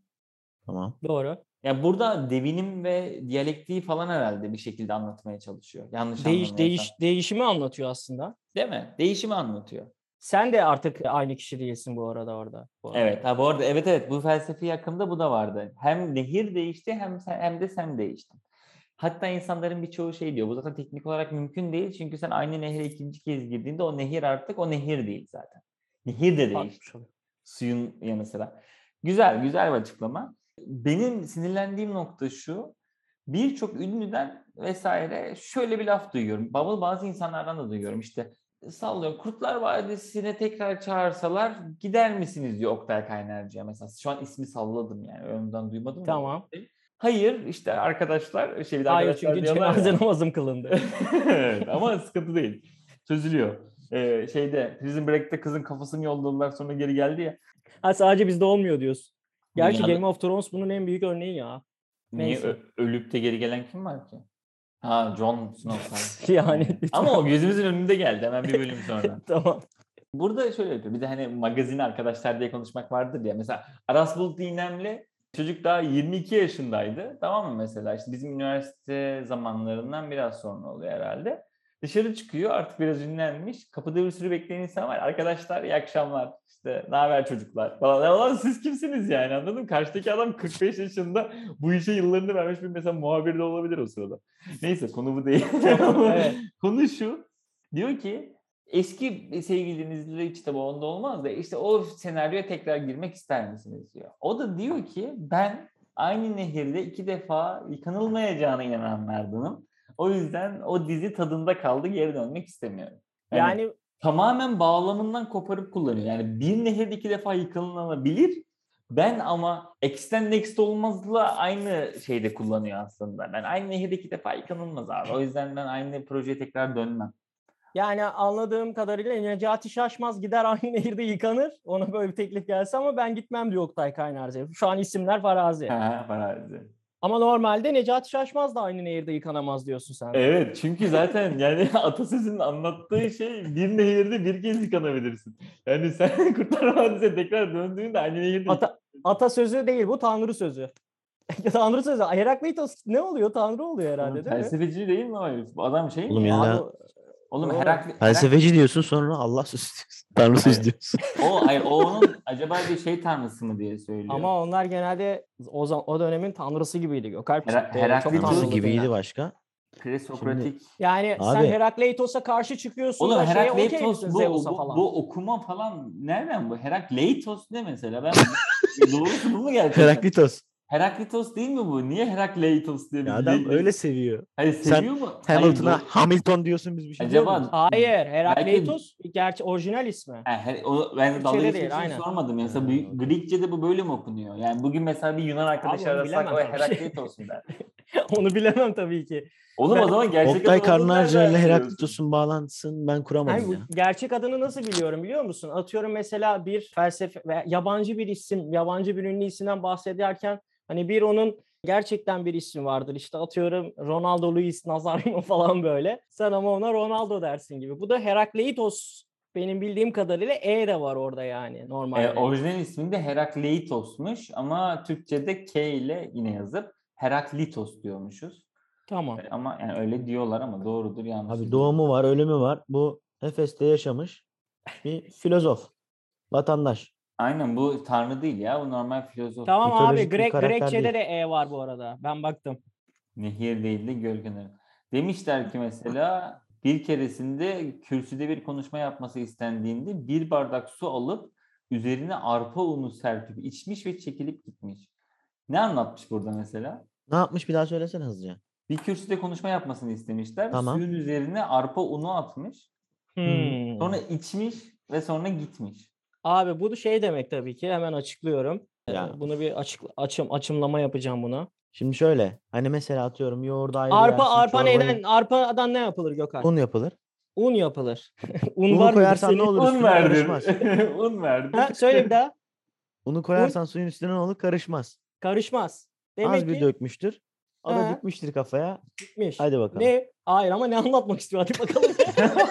[SPEAKER 2] Tamam.
[SPEAKER 3] Doğru.
[SPEAKER 1] Ya burada devinim ve diyalektiği falan herhalde bir şekilde anlatmaya çalışıyor. Yanlış
[SPEAKER 3] Değiş, değiş,
[SPEAKER 1] anlamıyorsam.
[SPEAKER 3] değişimi anlatıyor aslında.
[SPEAKER 1] Değil mi? Değişimi anlatıyor.
[SPEAKER 3] Sen de artık aynı kişi değilsin bu arada orada. bu arada.
[SPEAKER 1] Evet. Ha bu arada evet evet bu felsefi akımda bu da vardı. Hem nehir değişti hem sen, hem de sen değiştin. Hatta insanların birçoğu şey diyor. Bu zaten teknik olarak mümkün değil. Çünkü sen aynı nehre ikinci kez girdiğinde o nehir artık o nehir değil zaten. Nehir de değişti.
[SPEAKER 3] Bakmış olayım.
[SPEAKER 1] Suyun yanı sıra. Güzel, güzel bir açıklama. Benim sinirlendiğim nokta şu. Birçok ünlüden vesaire şöyle bir laf duyuyorum. Baba bazı insanlardan da duyuyorum. İşte sallıyor. Kurtlar Vadisi'ne tekrar çağırsalar gider misiniz diyor Oktay Kaynarcı'ya mesela. Şu an ismi salladım yani. Önden duymadım. ama.
[SPEAKER 3] Tamam.
[SPEAKER 1] Hayır işte arkadaşlar şey bir de
[SPEAKER 3] Hayır
[SPEAKER 1] arkadaşlar
[SPEAKER 3] çünkü
[SPEAKER 1] diyorlar ya.
[SPEAKER 3] cenaze namazım kılındı.
[SPEAKER 1] Evet, ama sıkıntı değil. Çözülüyor. Ee, şeyde Prison Break'te kızın kafasını yolladılar sonra geri geldi ya.
[SPEAKER 3] ha, sadece bizde olmuyor diyorsun. Gerçi
[SPEAKER 1] Dünyada-
[SPEAKER 3] Game of Thrones bunun en büyük örneği ya.
[SPEAKER 1] Niye
[SPEAKER 3] Neyse.
[SPEAKER 1] ö- ölüp de geri gelen kim var ki? Ha Jon Snow. sadece.
[SPEAKER 3] Yani
[SPEAKER 1] Ama o gözümüzün önünde geldi hemen bir bölüm sonra.
[SPEAKER 3] tamam.
[SPEAKER 1] Burada şöyle yapıyor. Bir de hani magazin arkadaşlar diye konuşmak vardır ya. Mesela Aras Bulut Dinem'le çocuk daha 22 yaşındaydı. Tamam mı mesela? İşte bizim üniversite zamanlarından biraz sonra oluyor herhalde. Dışarı çıkıyor artık biraz ünlenmiş. Kapıda bir sürü bekleyen insan var. Arkadaşlar iyi akşamlar. İşte ne haber çocuklar falan. Ya Ulan siz kimsiniz yani anladın mı? Karşıdaki adam 45 yaşında bu işe yıllarını vermiş bir mesela muhabir de olabilir o sırada. Neyse konu bu değil.
[SPEAKER 3] Evet.
[SPEAKER 1] Konu şu. Diyor ki eski sevgilinizle hiç tabii onda olmaz da işte o senaryoya tekrar girmek ister misiniz diyor. O da diyor ki ben aynı nehirde iki defa yıkanılmayacağına inananlardanım. O yüzden o dizi tadında kaldı geri dönmek istemiyorum. yani
[SPEAKER 3] Yani
[SPEAKER 1] tamamen bağlamından koparıp kullanıyor. Yani bir nehirde iki defa yıkanılabilir. Ben ama X'ten Next olmazla aynı şeyde kullanıyor aslında. Ben aynı nehirde iki defa yıkanılmaz abi. O yüzden ben aynı projeye tekrar dönmem.
[SPEAKER 3] yani anladığım kadarıyla Necati Şaşmaz gider aynı nehirde yıkanır. Ona böyle bir teklif gelse ama ben gitmem diyor Oktay Kaynarca. Şu an isimler farazi.
[SPEAKER 1] Ha, farazi.
[SPEAKER 3] Ama normalde Necati Şaşmaz da aynı nehirde yıkanamaz diyorsun sen.
[SPEAKER 1] Evet çünkü zaten yani atasözünün anlattığı şey bir nehirde bir kez yıkanabilirsin. Yani sen Kurtlar Vadisi'ne tekrar döndüğünde aynı nehirde
[SPEAKER 3] Ata, atasözü değil bu tanrı sözü. tanrı sözü. Herakleitos ne oluyor? Tanrı oluyor herhalde değil mi?
[SPEAKER 1] Felsefeci değil mi o herif? Bu Adam şey mi
[SPEAKER 2] Oğlum ya.
[SPEAKER 3] Abi,
[SPEAKER 1] Oğlum
[SPEAKER 3] Oğlum,
[SPEAKER 1] Herakli...
[SPEAKER 2] Felsefeci diyorsun sonra Allah söz diyorsun. Tanrı söz
[SPEAKER 1] Hayır.
[SPEAKER 2] diyorsun.
[SPEAKER 1] O, hayır, o onun acaba bir şey tanrısı mı diye söylüyor.
[SPEAKER 3] ama onlar genelde o, zaman, o dönemin tanrısı gibiydi. Gökalp
[SPEAKER 1] Hera-
[SPEAKER 3] çıktı, çok
[SPEAKER 1] Heraklitos-
[SPEAKER 3] tanrılı
[SPEAKER 2] Tanrısı
[SPEAKER 1] Tanrı
[SPEAKER 2] gibiydi
[SPEAKER 3] dediler.
[SPEAKER 2] başka.
[SPEAKER 1] Presokratik.
[SPEAKER 3] Yani sen
[SPEAKER 2] Abi.
[SPEAKER 3] Herakleitos'a karşı çıkıyorsun
[SPEAKER 1] Oğlum
[SPEAKER 3] da şeye okey
[SPEAKER 1] Herakleitos
[SPEAKER 3] misin
[SPEAKER 1] bu,
[SPEAKER 3] Zeus'a
[SPEAKER 1] bu,
[SPEAKER 3] falan?
[SPEAKER 1] bu okuma falan nereden bu? Herakleitos ne mesela? Ben doğrusu bu mu gerçekten?
[SPEAKER 2] Heraklitos.
[SPEAKER 1] Heraklitos değil mi bu? Niye Herakleitos diye bir
[SPEAKER 2] Ya adam
[SPEAKER 1] Le-
[SPEAKER 2] öyle seviyor.
[SPEAKER 1] Hayır,
[SPEAKER 2] Sen
[SPEAKER 1] seviyor mu? Hayır,
[SPEAKER 2] Hamilton'a
[SPEAKER 1] doğru-
[SPEAKER 2] Hamilton diyorsun biz bir şey diyor
[SPEAKER 1] Acaba
[SPEAKER 2] muyuz?
[SPEAKER 3] Hayır, Herakleitos gerçi orijinal ismi.
[SPEAKER 1] Ha, her- o, ben
[SPEAKER 3] Türkçe'de
[SPEAKER 1] dalga geçmek
[SPEAKER 3] değil,
[SPEAKER 1] için
[SPEAKER 3] aynen.
[SPEAKER 1] sormadım. Mesela
[SPEAKER 2] Ha,
[SPEAKER 1] bu,
[SPEAKER 2] okey.
[SPEAKER 1] Grekçe'de bu böyle mi okunuyor? Yani bugün mesela bir Yunan arkadaşı
[SPEAKER 3] onu
[SPEAKER 1] arasak
[SPEAKER 3] bilemem
[SPEAKER 1] o
[SPEAKER 3] tabii.
[SPEAKER 1] Herakleitos mu der?
[SPEAKER 3] Onu bilemem tabii ki.
[SPEAKER 1] Oğlum
[SPEAKER 3] Ben-
[SPEAKER 1] o zaman gerçek
[SPEAKER 2] Oktay
[SPEAKER 1] adam olduğunu
[SPEAKER 2] Karnarca ile
[SPEAKER 1] nereden biliyorsun?
[SPEAKER 2] Heraklitos'un bağlantısını ben
[SPEAKER 3] Yani
[SPEAKER 2] kuramadım
[SPEAKER 3] bu
[SPEAKER 2] ya.
[SPEAKER 3] gerçek adını nasıl biliyorum biliyor musun? Atıyorum mesela bir felsefe, ve yabancı bir isim, yabancı bir ünlü isimden bahsederken hani bir onun gerçekten bir ismi vardır. İşte atıyorum Ronaldo Luis Nazarino falan böyle. Sen ama ona Ronaldo dersin gibi. Bu da Herakleitos benim bildiğim kadarıyla E de var orada yani normalde.
[SPEAKER 1] E, orijinal isminde Herakleitos'muş ama Türkçe'de K ile yine yazıp Heraklitos diyormuşuz.
[SPEAKER 3] Tamam.
[SPEAKER 1] E, Ama yani öyle diyorlar ama doğrudur yanlış.
[SPEAKER 2] Abi
[SPEAKER 1] değil.
[SPEAKER 2] doğumu var, ölümü var. Bu Efes'te yaşamış bir filozof, vatandaş.
[SPEAKER 1] Aynen bu tanrı değil ya bu normal filozof.
[SPEAKER 3] Tamam abi
[SPEAKER 2] Mitolojik bir
[SPEAKER 3] Grek
[SPEAKER 2] karakter
[SPEAKER 3] Grekçe'de
[SPEAKER 2] değil.
[SPEAKER 3] de E var bu arada. Ben baktım.
[SPEAKER 1] Nehir değil de göl kenarı. Demişler ki mesela bir keresinde kürsüde bir konuşma yapması istendiğinde bir bardak su alıp üzerine arpa unu serpip içmiş ve çekilip gitmiş. Ne anlatmış burada mesela?
[SPEAKER 2] Ne yapmış bir daha söylesene hızlıca.
[SPEAKER 1] Bir kürsüde konuşma yapmasını istemişler.
[SPEAKER 2] Tamam.
[SPEAKER 1] Suyun üzerine arpa unu atmış.
[SPEAKER 3] Hmm.
[SPEAKER 1] Sonra içmiş ve sonra gitmiş.
[SPEAKER 3] Abi bu da şey demek tabii ki hemen açıklıyorum. Ee,
[SPEAKER 2] Ya.
[SPEAKER 3] Bunu bir açık açım açımlama yapacağım buna.
[SPEAKER 2] Şimdi şöyle hani mesela atıyorum yoğurdu ayrı
[SPEAKER 3] Arpa
[SPEAKER 2] yersin,
[SPEAKER 3] arpa
[SPEAKER 2] çorbaya-
[SPEAKER 3] neyden? Arpadan ne yapılır Gökhan? Un,
[SPEAKER 2] Un yapılır.
[SPEAKER 3] yapılır. un
[SPEAKER 2] Unu
[SPEAKER 3] var mı
[SPEAKER 2] koyarsan ne
[SPEAKER 3] senin?
[SPEAKER 2] olur
[SPEAKER 1] Un
[SPEAKER 2] üstüne
[SPEAKER 1] verdim.
[SPEAKER 2] karışmaz.
[SPEAKER 1] Un verdim.
[SPEAKER 3] Ha, söyle bir daha.
[SPEAKER 2] Unu koyarsan suyun üstüne ne olur karışmaz.
[SPEAKER 3] Karışmaz. Demek
[SPEAKER 2] Az bir
[SPEAKER 3] ki
[SPEAKER 2] dökmüştür. O da
[SPEAKER 3] Ha.
[SPEAKER 2] gitmiştir kafaya.
[SPEAKER 3] gitmiş.
[SPEAKER 2] Hadi bakalım.
[SPEAKER 3] Ne? Hayır ama ne anlatmak istiyor? Hadi bakalım.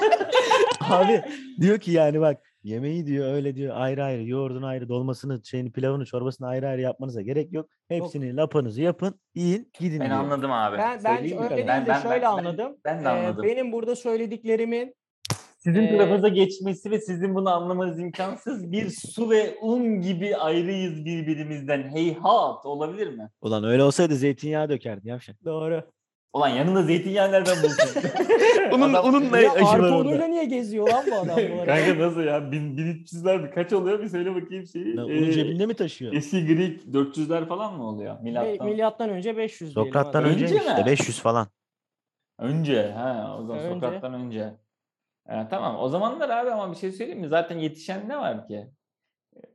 [SPEAKER 2] Abi diyor ki yani bak yemeği diyor öyle diyor ayrı ayrı yoğurdunu ayrı dolmasını şeyini pilavını çorbasını ayrı ayrı yapmanıza gerek yok. Hepsini lapanızı yapın yiyin gidin
[SPEAKER 1] Ben
[SPEAKER 2] diyor.
[SPEAKER 1] anladım abi.
[SPEAKER 3] ben ben
[SPEAKER 1] Söyleyeyim mi?
[SPEAKER 3] öyle değil
[SPEAKER 1] Ben-
[SPEAKER 3] de
[SPEAKER 1] ben-
[SPEAKER 3] şöyle
[SPEAKER 1] ben-
[SPEAKER 3] anladım.
[SPEAKER 1] Ben de
[SPEAKER 3] Ee,
[SPEAKER 1] anladım.
[SPEAKER 3] benim burada söylediklerimin
[SPEAKER 1] Sizin
[SPEAKER 3] Ee,
[SPEAKER 1] tarafınıza geçmesi ve sizin bunu anlamanız imkansız. Bir su ve un gibi ayrıyız birbirimizden. Heyhat olabilir mi?
[SPEAKER 2] Ulan öyle olsaydı zeytinyağı dökerdi yavşak.
[SPEAKER 3] doğru.
[SPEAKER 1] Ulan yanında zeytinyağı nereden bulsun?
[SPEAKER 2] Unun-
[SPEAKER 1] Adam-
[SPEAKER 2] unun ne
[SPEAKER 3] Ya
[SPEAKER 2] işi var
[SPEAKER 3] arpa
[SPEAKER 2] orada?
[SPEAKER 3] unuyla niye geziyor lan bu adam bu arada?
[SPEAKER 1] Kanka nasıl ya? Bin, bin bir kaç oluyor? Bir söyle bakayım şeyi.
[SPEAKER 2] Lan
[SPEAKER 1] Ee,
[SPEAKER 2] Unu cebinde mi taşıyor?
[SPEAKER 1] Eski Greek 400'ler falan mı oluyor?
[SPEAKER 3] Ve
[SPEAKER 1] Milattan.
[SPEAKER 3] Milattan önce 500 diyelim.
[SPEAKER 2] Sokrat'tan
[SPEAKER 3] hadi.
[SPEAKER 1] Önce
[SPEAKER 2] önce
[SPEAKER 1] mi?
[SPEAKER 2] işte 500 falan.
[SPEAKER 1] Önce ha o zaman
[SPEAKER 3] Önce.
[SPEAKER 1] Sokrat'tan önce. Ha, tamam o zamanlar abi ama bir şey söyleyeyim mi? Zaten yetişen ne var ki?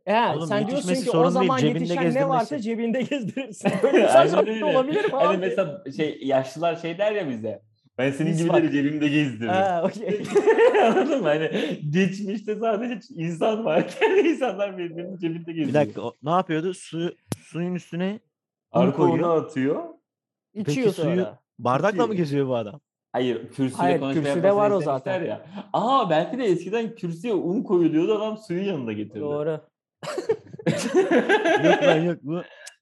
[SPEAKER 3] He,
[SPEAKER 2] Oğlum
[SPEAKER 3] sen diyorsun
[SPEAKER 2] yetişmesi
[SPEAKER 3] ki
[SPEAKER 2] sorun
[SPEAKER 3] o
[SPEAKER 2] değil,
[SPEAKER 3] zaman
[SPEAKER 2] cebinde
[SPEAKER 3] yetişen ne
[SPEAKER 2] gezdirmesi.
[SPEAKER 3] varsa cebinde gezdirirsin. Böyle bir
[SPEAKER 1] Aynen
[SPEAKER 3] saçmalık
[SPEAKER 1] öyle.
[SPEAKER 3] da olabilir mi
[SPEAKER 1] Hani
[SPEAKER 3] abi?
[SPEAKER 1] mesela şey yaşlılar şey der ya bize. Ben senin
[SPEAKER 3] Biz
[SPEAKER 1] gibileri
[SPEAKER 3] bak-
[SPEAKER 1] cebimde gezdiririm.
[SPEAKER 3] Ha, okey.
[SPEAKER 1] Anladın mı? Hani geçmişte sadece insan varken insanlar birbirinin cebinde geziyor.
[SPEAKER 2] Bir dakika o ne yapıyordu? Su, suyun üstüne
[SPEAKER 1] Arka
[SPEAKER 2] koyuyor.
[SPEAKER 1] onu atıyor.
[SPEAKER 3] İçiyor
[SPEAKER 2] Peki suyu-
[SPEAKER 3] sonra.
[SPEAKER 2] bardakla mı
[SPEAKER 1] Peki.
[SPEAKER 2] geziyor bu adam?
[SPEAKER 1] Hayır kürsüyle
[SPEAKER 3] Hayır,
[SPEAKER 1] konuşma
[SPEAKER 3] kürsüde
[SPEAKER 1] yapmasını
[SPEAKER 3] var o
[SPEAKER 1] istemişler
[SPEAKER 3] zaten.
[SPEAKER 1] Ya. Aa belki de eskiden kürsüye un koyuluyordu adam suyun yanında getirdi.
[SPEAKER 3] Doğru.
[SPEAKER 2] Yok lan yok bu.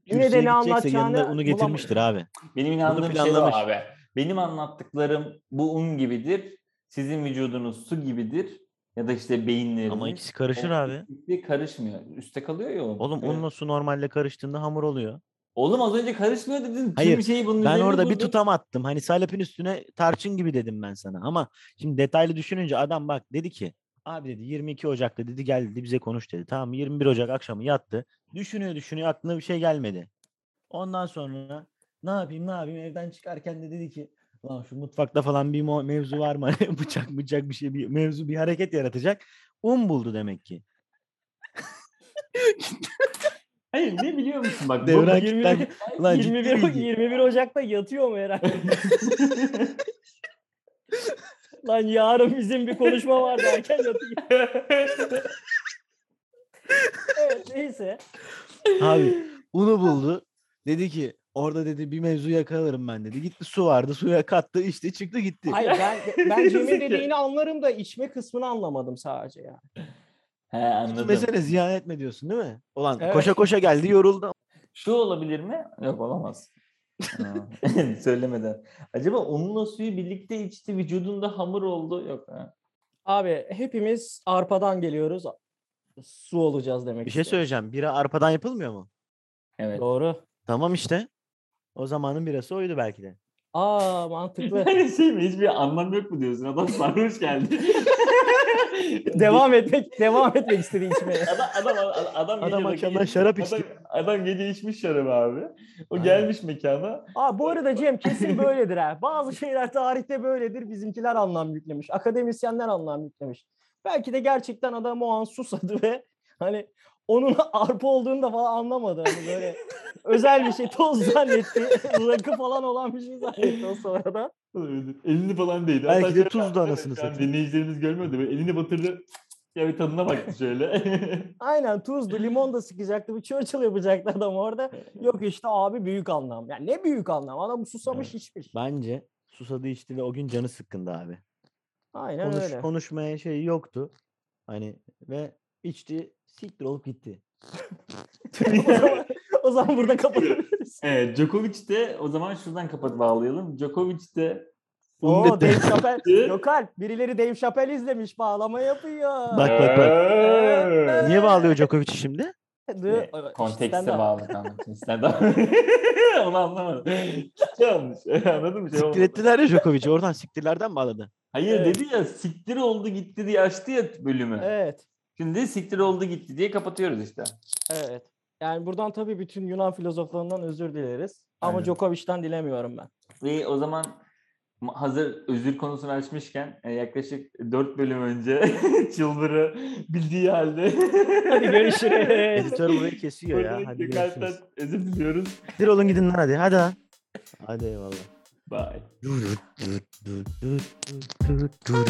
[SPEAKER 3] Yine de ne
[SPEAKER 2] Kürsüye gidecekse yanında
[SPEAKER 3] anlatacağını
[SPEAKER 2] unu getirmiştir abi.
[SPEAKER 1] Benim inandığım şey o
[SPEAKER 2] planlamış.
[SPEAKER 1] abi. Benim anlattıklarım bu un gibidir. Sizin vücudunuz su gibidir. Ya da işte beyinleriniz.
[SPEAKER 2] Ama ikisi karışır
[SPEAKER 1] O
[SPEAKER 2] abi.
[SPEAKER 1] ikisi karışmıyor. Üste kalıyor ya o.
[SPEAKER 2] Oğlum
[SPEAKER 1] Evet.
[SPEAKER 2] unla su normalde karıştığında hamur oluyor.
[SPEAKER 1] Oğlum az önce karışmıyor dedin. Tüm
[SPEAKER 2] Hayır,
[SPEAKER 1] şeyi bunun
[SPEAKER 2] Ben
[SPEAKER 1] üzerine
[SPEAKER 2] orada bir
[SPEAKER 1] vurdun.
[SPEAKER 2] tutam attım. Hani salepin üstüne tarçın gibi dedim ben sana. Ama şimdi detaylı düşününce adam bak dedi ki abi dedi 22 Ocak'ta dedi gel dedi bize konuş dedi. Tamam 21 Ocak akşamı yattı. Düşünüyor düşünüyor aklına bir şey gelmedi. Ondan sonra ne yapayım ne yapayım evden çıkarken de dedi ki lan şu mutfakta falan bir mo- mevzu var mı? Hani bıçak bıçak bir şey bir mevzu bir hareket yaratacak. Un buldu demek ki.
[SPEAKER 1] Hayır ne biliyor musun bak. bu-
[SPEAKER 2] Devran
[SPEAKER 1] bu-
[SPEAKER 2] kitlen- Lan ciddi
[SPEAKER 3] 21,
[SPEAKER 2] bilgi.
[SPEAKER 3] 21 Ocak'ta yatıyor mu herhalde? Lan yarın bizim bir konuşma var derken yatıyor. Evet neyse.
[SPEAKER 2] Abi unu buldu. Dedi ki orada dedi bir mevzu yakalarım ben dedi. Gitti su vardı suya kattı işte çıktı gitti.
[SPEAKER 3] Hayır ben, ben Cem'in
[SPEAKER 1] Zeki.
[SPEAKER 3] dediğini anlarım da içme kısmını anlamadım sadece ya.
[SPEAKER 1] He anladım.
[SPEAKER 2] Mesela ziyan etme diyorsun değil mi? Ulan
[SPEAKER 3] Evet.
[SPEAKER 2] koşa koşa geldi yoruldu.
[SPEAKER 1] Şu olabilir mi? Yok olamaz. Ha, Söylemeden. Acaba unla suyu birlikte içti vücudunda hamur oldu. Yok. ha.
[SPEAKER 3] Abi hepimiz arpadan geliyoruz. Su olacağız demek
[SPEAKER 2] Bir şey
[SPEAKER 3] istiyorum.
[SPEAKER 2] söyleyeceğim. Bira arpadan yapılmıyor mu?
[SPEAKER 1] Evet.
[SPEAKER 3] Doğru.
[SPEAKER 2] Tamam işte. O zamanın birası oydu belki de.
[SPEAKER 3] Aa mantıklı.
[SPEAKER 1] Yani şey mi? Hiçbir anlam yok mu diyorsun? Adam sarhoş geldi.
[SPEAKER 3] devam etmek devam etmek istedi içmeye.
[SPEAKER 1] Adam adam adam, adam,
[SPEAKER 2] Adam
[SPEAKER 1] gece
[SPEAKER 2] akşamdan
[SPEAKER 1] rakı
[SPEAKER 2] şarap
[SPEAKER 1] içmiş.
[SPEAKER 2] içti.
[SPEAKER 1] Adam, adam gece içmiş şarabı abi. O
[SPEAKER 2] Aynen.
[SPEAKER 1] gelmiş mekana.
[SPEAKER 3] Aa bu arada Cem kesin böyledir ha. Bazı şeyler tarihte böyledir. Bizimkiler anlam yüklemiş. Akademisyenler anlam yüklemiş. Belki de gerçekten adam o an susadı ve hani onun arpa olduğunu da falan anlamadı. Hani böyle özel bir şey toz zannetti. Rakı falan olan bir şey zannetti o sırada.
[SPEAKER 1] Elini falan değdi.
[SPEAKER 2] Belki
[SPEAKER 1] Hatta
[SPEAKER 2] de
[SPEAKER 1] şöyle-
[SPEAKER 2] tuzdu anasını
[SPEAKER 1] Evet, şu an
[SPEAKER 2] satayım.
[SPEAKER 1] Dinleyicilerimiz görmüyordu. Böyle elini batırdı. Ya bir tadına baktı şöyle.
[SPEAKER 3] Aynen tuzlu limon da sıkacaktı. Bir Churchill yapacaktı adam orada. Yok işte abi büyük anlam. Yani ne büyük anlam? Adam susamış içmiş.
[SPEAKER 2] Bence susadı içti ve o gün canı sıkkındı abi.
[SPEAKER 3] Aynen
[SPEAKER 2] Konuş,
[SPEAKER 3] öyle.
[SPEAKER 2] konuşmaya şey yoktu. Hani ve içti siktir olup gitti.
[SPEAKER 3] o, zaman, o zaman burada kapatabiliriz.
[SPEAKER 1] Evet, Djokovic de o zaman şuradan kapat bağlayalım. Djokovic de
[SPEAKER 3] Oo
[SPEAKER 2] Bunu da-
[SPEAKER 3] Dave Chappelle. Yok Alp, birileri Dave Chappelle izlemiş. Bağlama yapıyor.
[SPEAKER 2] Bak, bak,
[SPEAKER 1] bak.
[SPEAKER 2] Niye bağlıyor Djokovic'i şimdi?
[SPEAKER 3] Dı-
[SPEAKER 1] Kontekste
[SPEAKER 3] stand-up.
[SPEAKER 1] bağlı anlatayım. Stand up. Onu anlamadım. Şey olmuş. Anladın mı? Şey
[SPEAKER 2] Siktir
[SPEAKER 1] olmadı.
[SPEAKER 2] ettiler ya Djokovic'i. Oradan siktirlerden bağladı.
[SPEAKER 1] Hayır
[SPEAKER 3] Evet.
[SPEAKER 1] dedi ya siktir oldu gitti diye açtı ya bölümü.
[SPEAKER 3] Evet.
[SPEAKER 1] Şimdi siktir oldu gitti diye kapatıyoruz işte.
[SPEAKER 3] Evet. Yani buradan tabii bütün Yunan filozoflarından özür dileriz. Ama
[SPEAKER 1] Aynen.
[SPEAKER 3] Djokovic'ten dilemiyorum ben.
[SPEAKER 1] Ve o zaman ma- hazır özür konusunu açmışken e, yaklaşık 4 bölüm önce Çılbır'ı bildiği halde.
[SPEAKER 3] Hadi görüşürüz.
[SPEAKER 2] Editör burayı kesiyor ya.
[SPEAKER 1] Buradan
[SPEAKER 2] Hadi
[SPEAKER 1] Gökalp'ten
[SPEAKER 2] görüşürüz.
[SPEAKER 1] özür diliyoruz.
[SPEAKER 2] Siktir olun gidin lan hadi. Hadi lan. Hadi eyvallah.
[SPEAKER 1] Bye.
[SPEAKER 2] Du- du- du- du- du- du- du- du-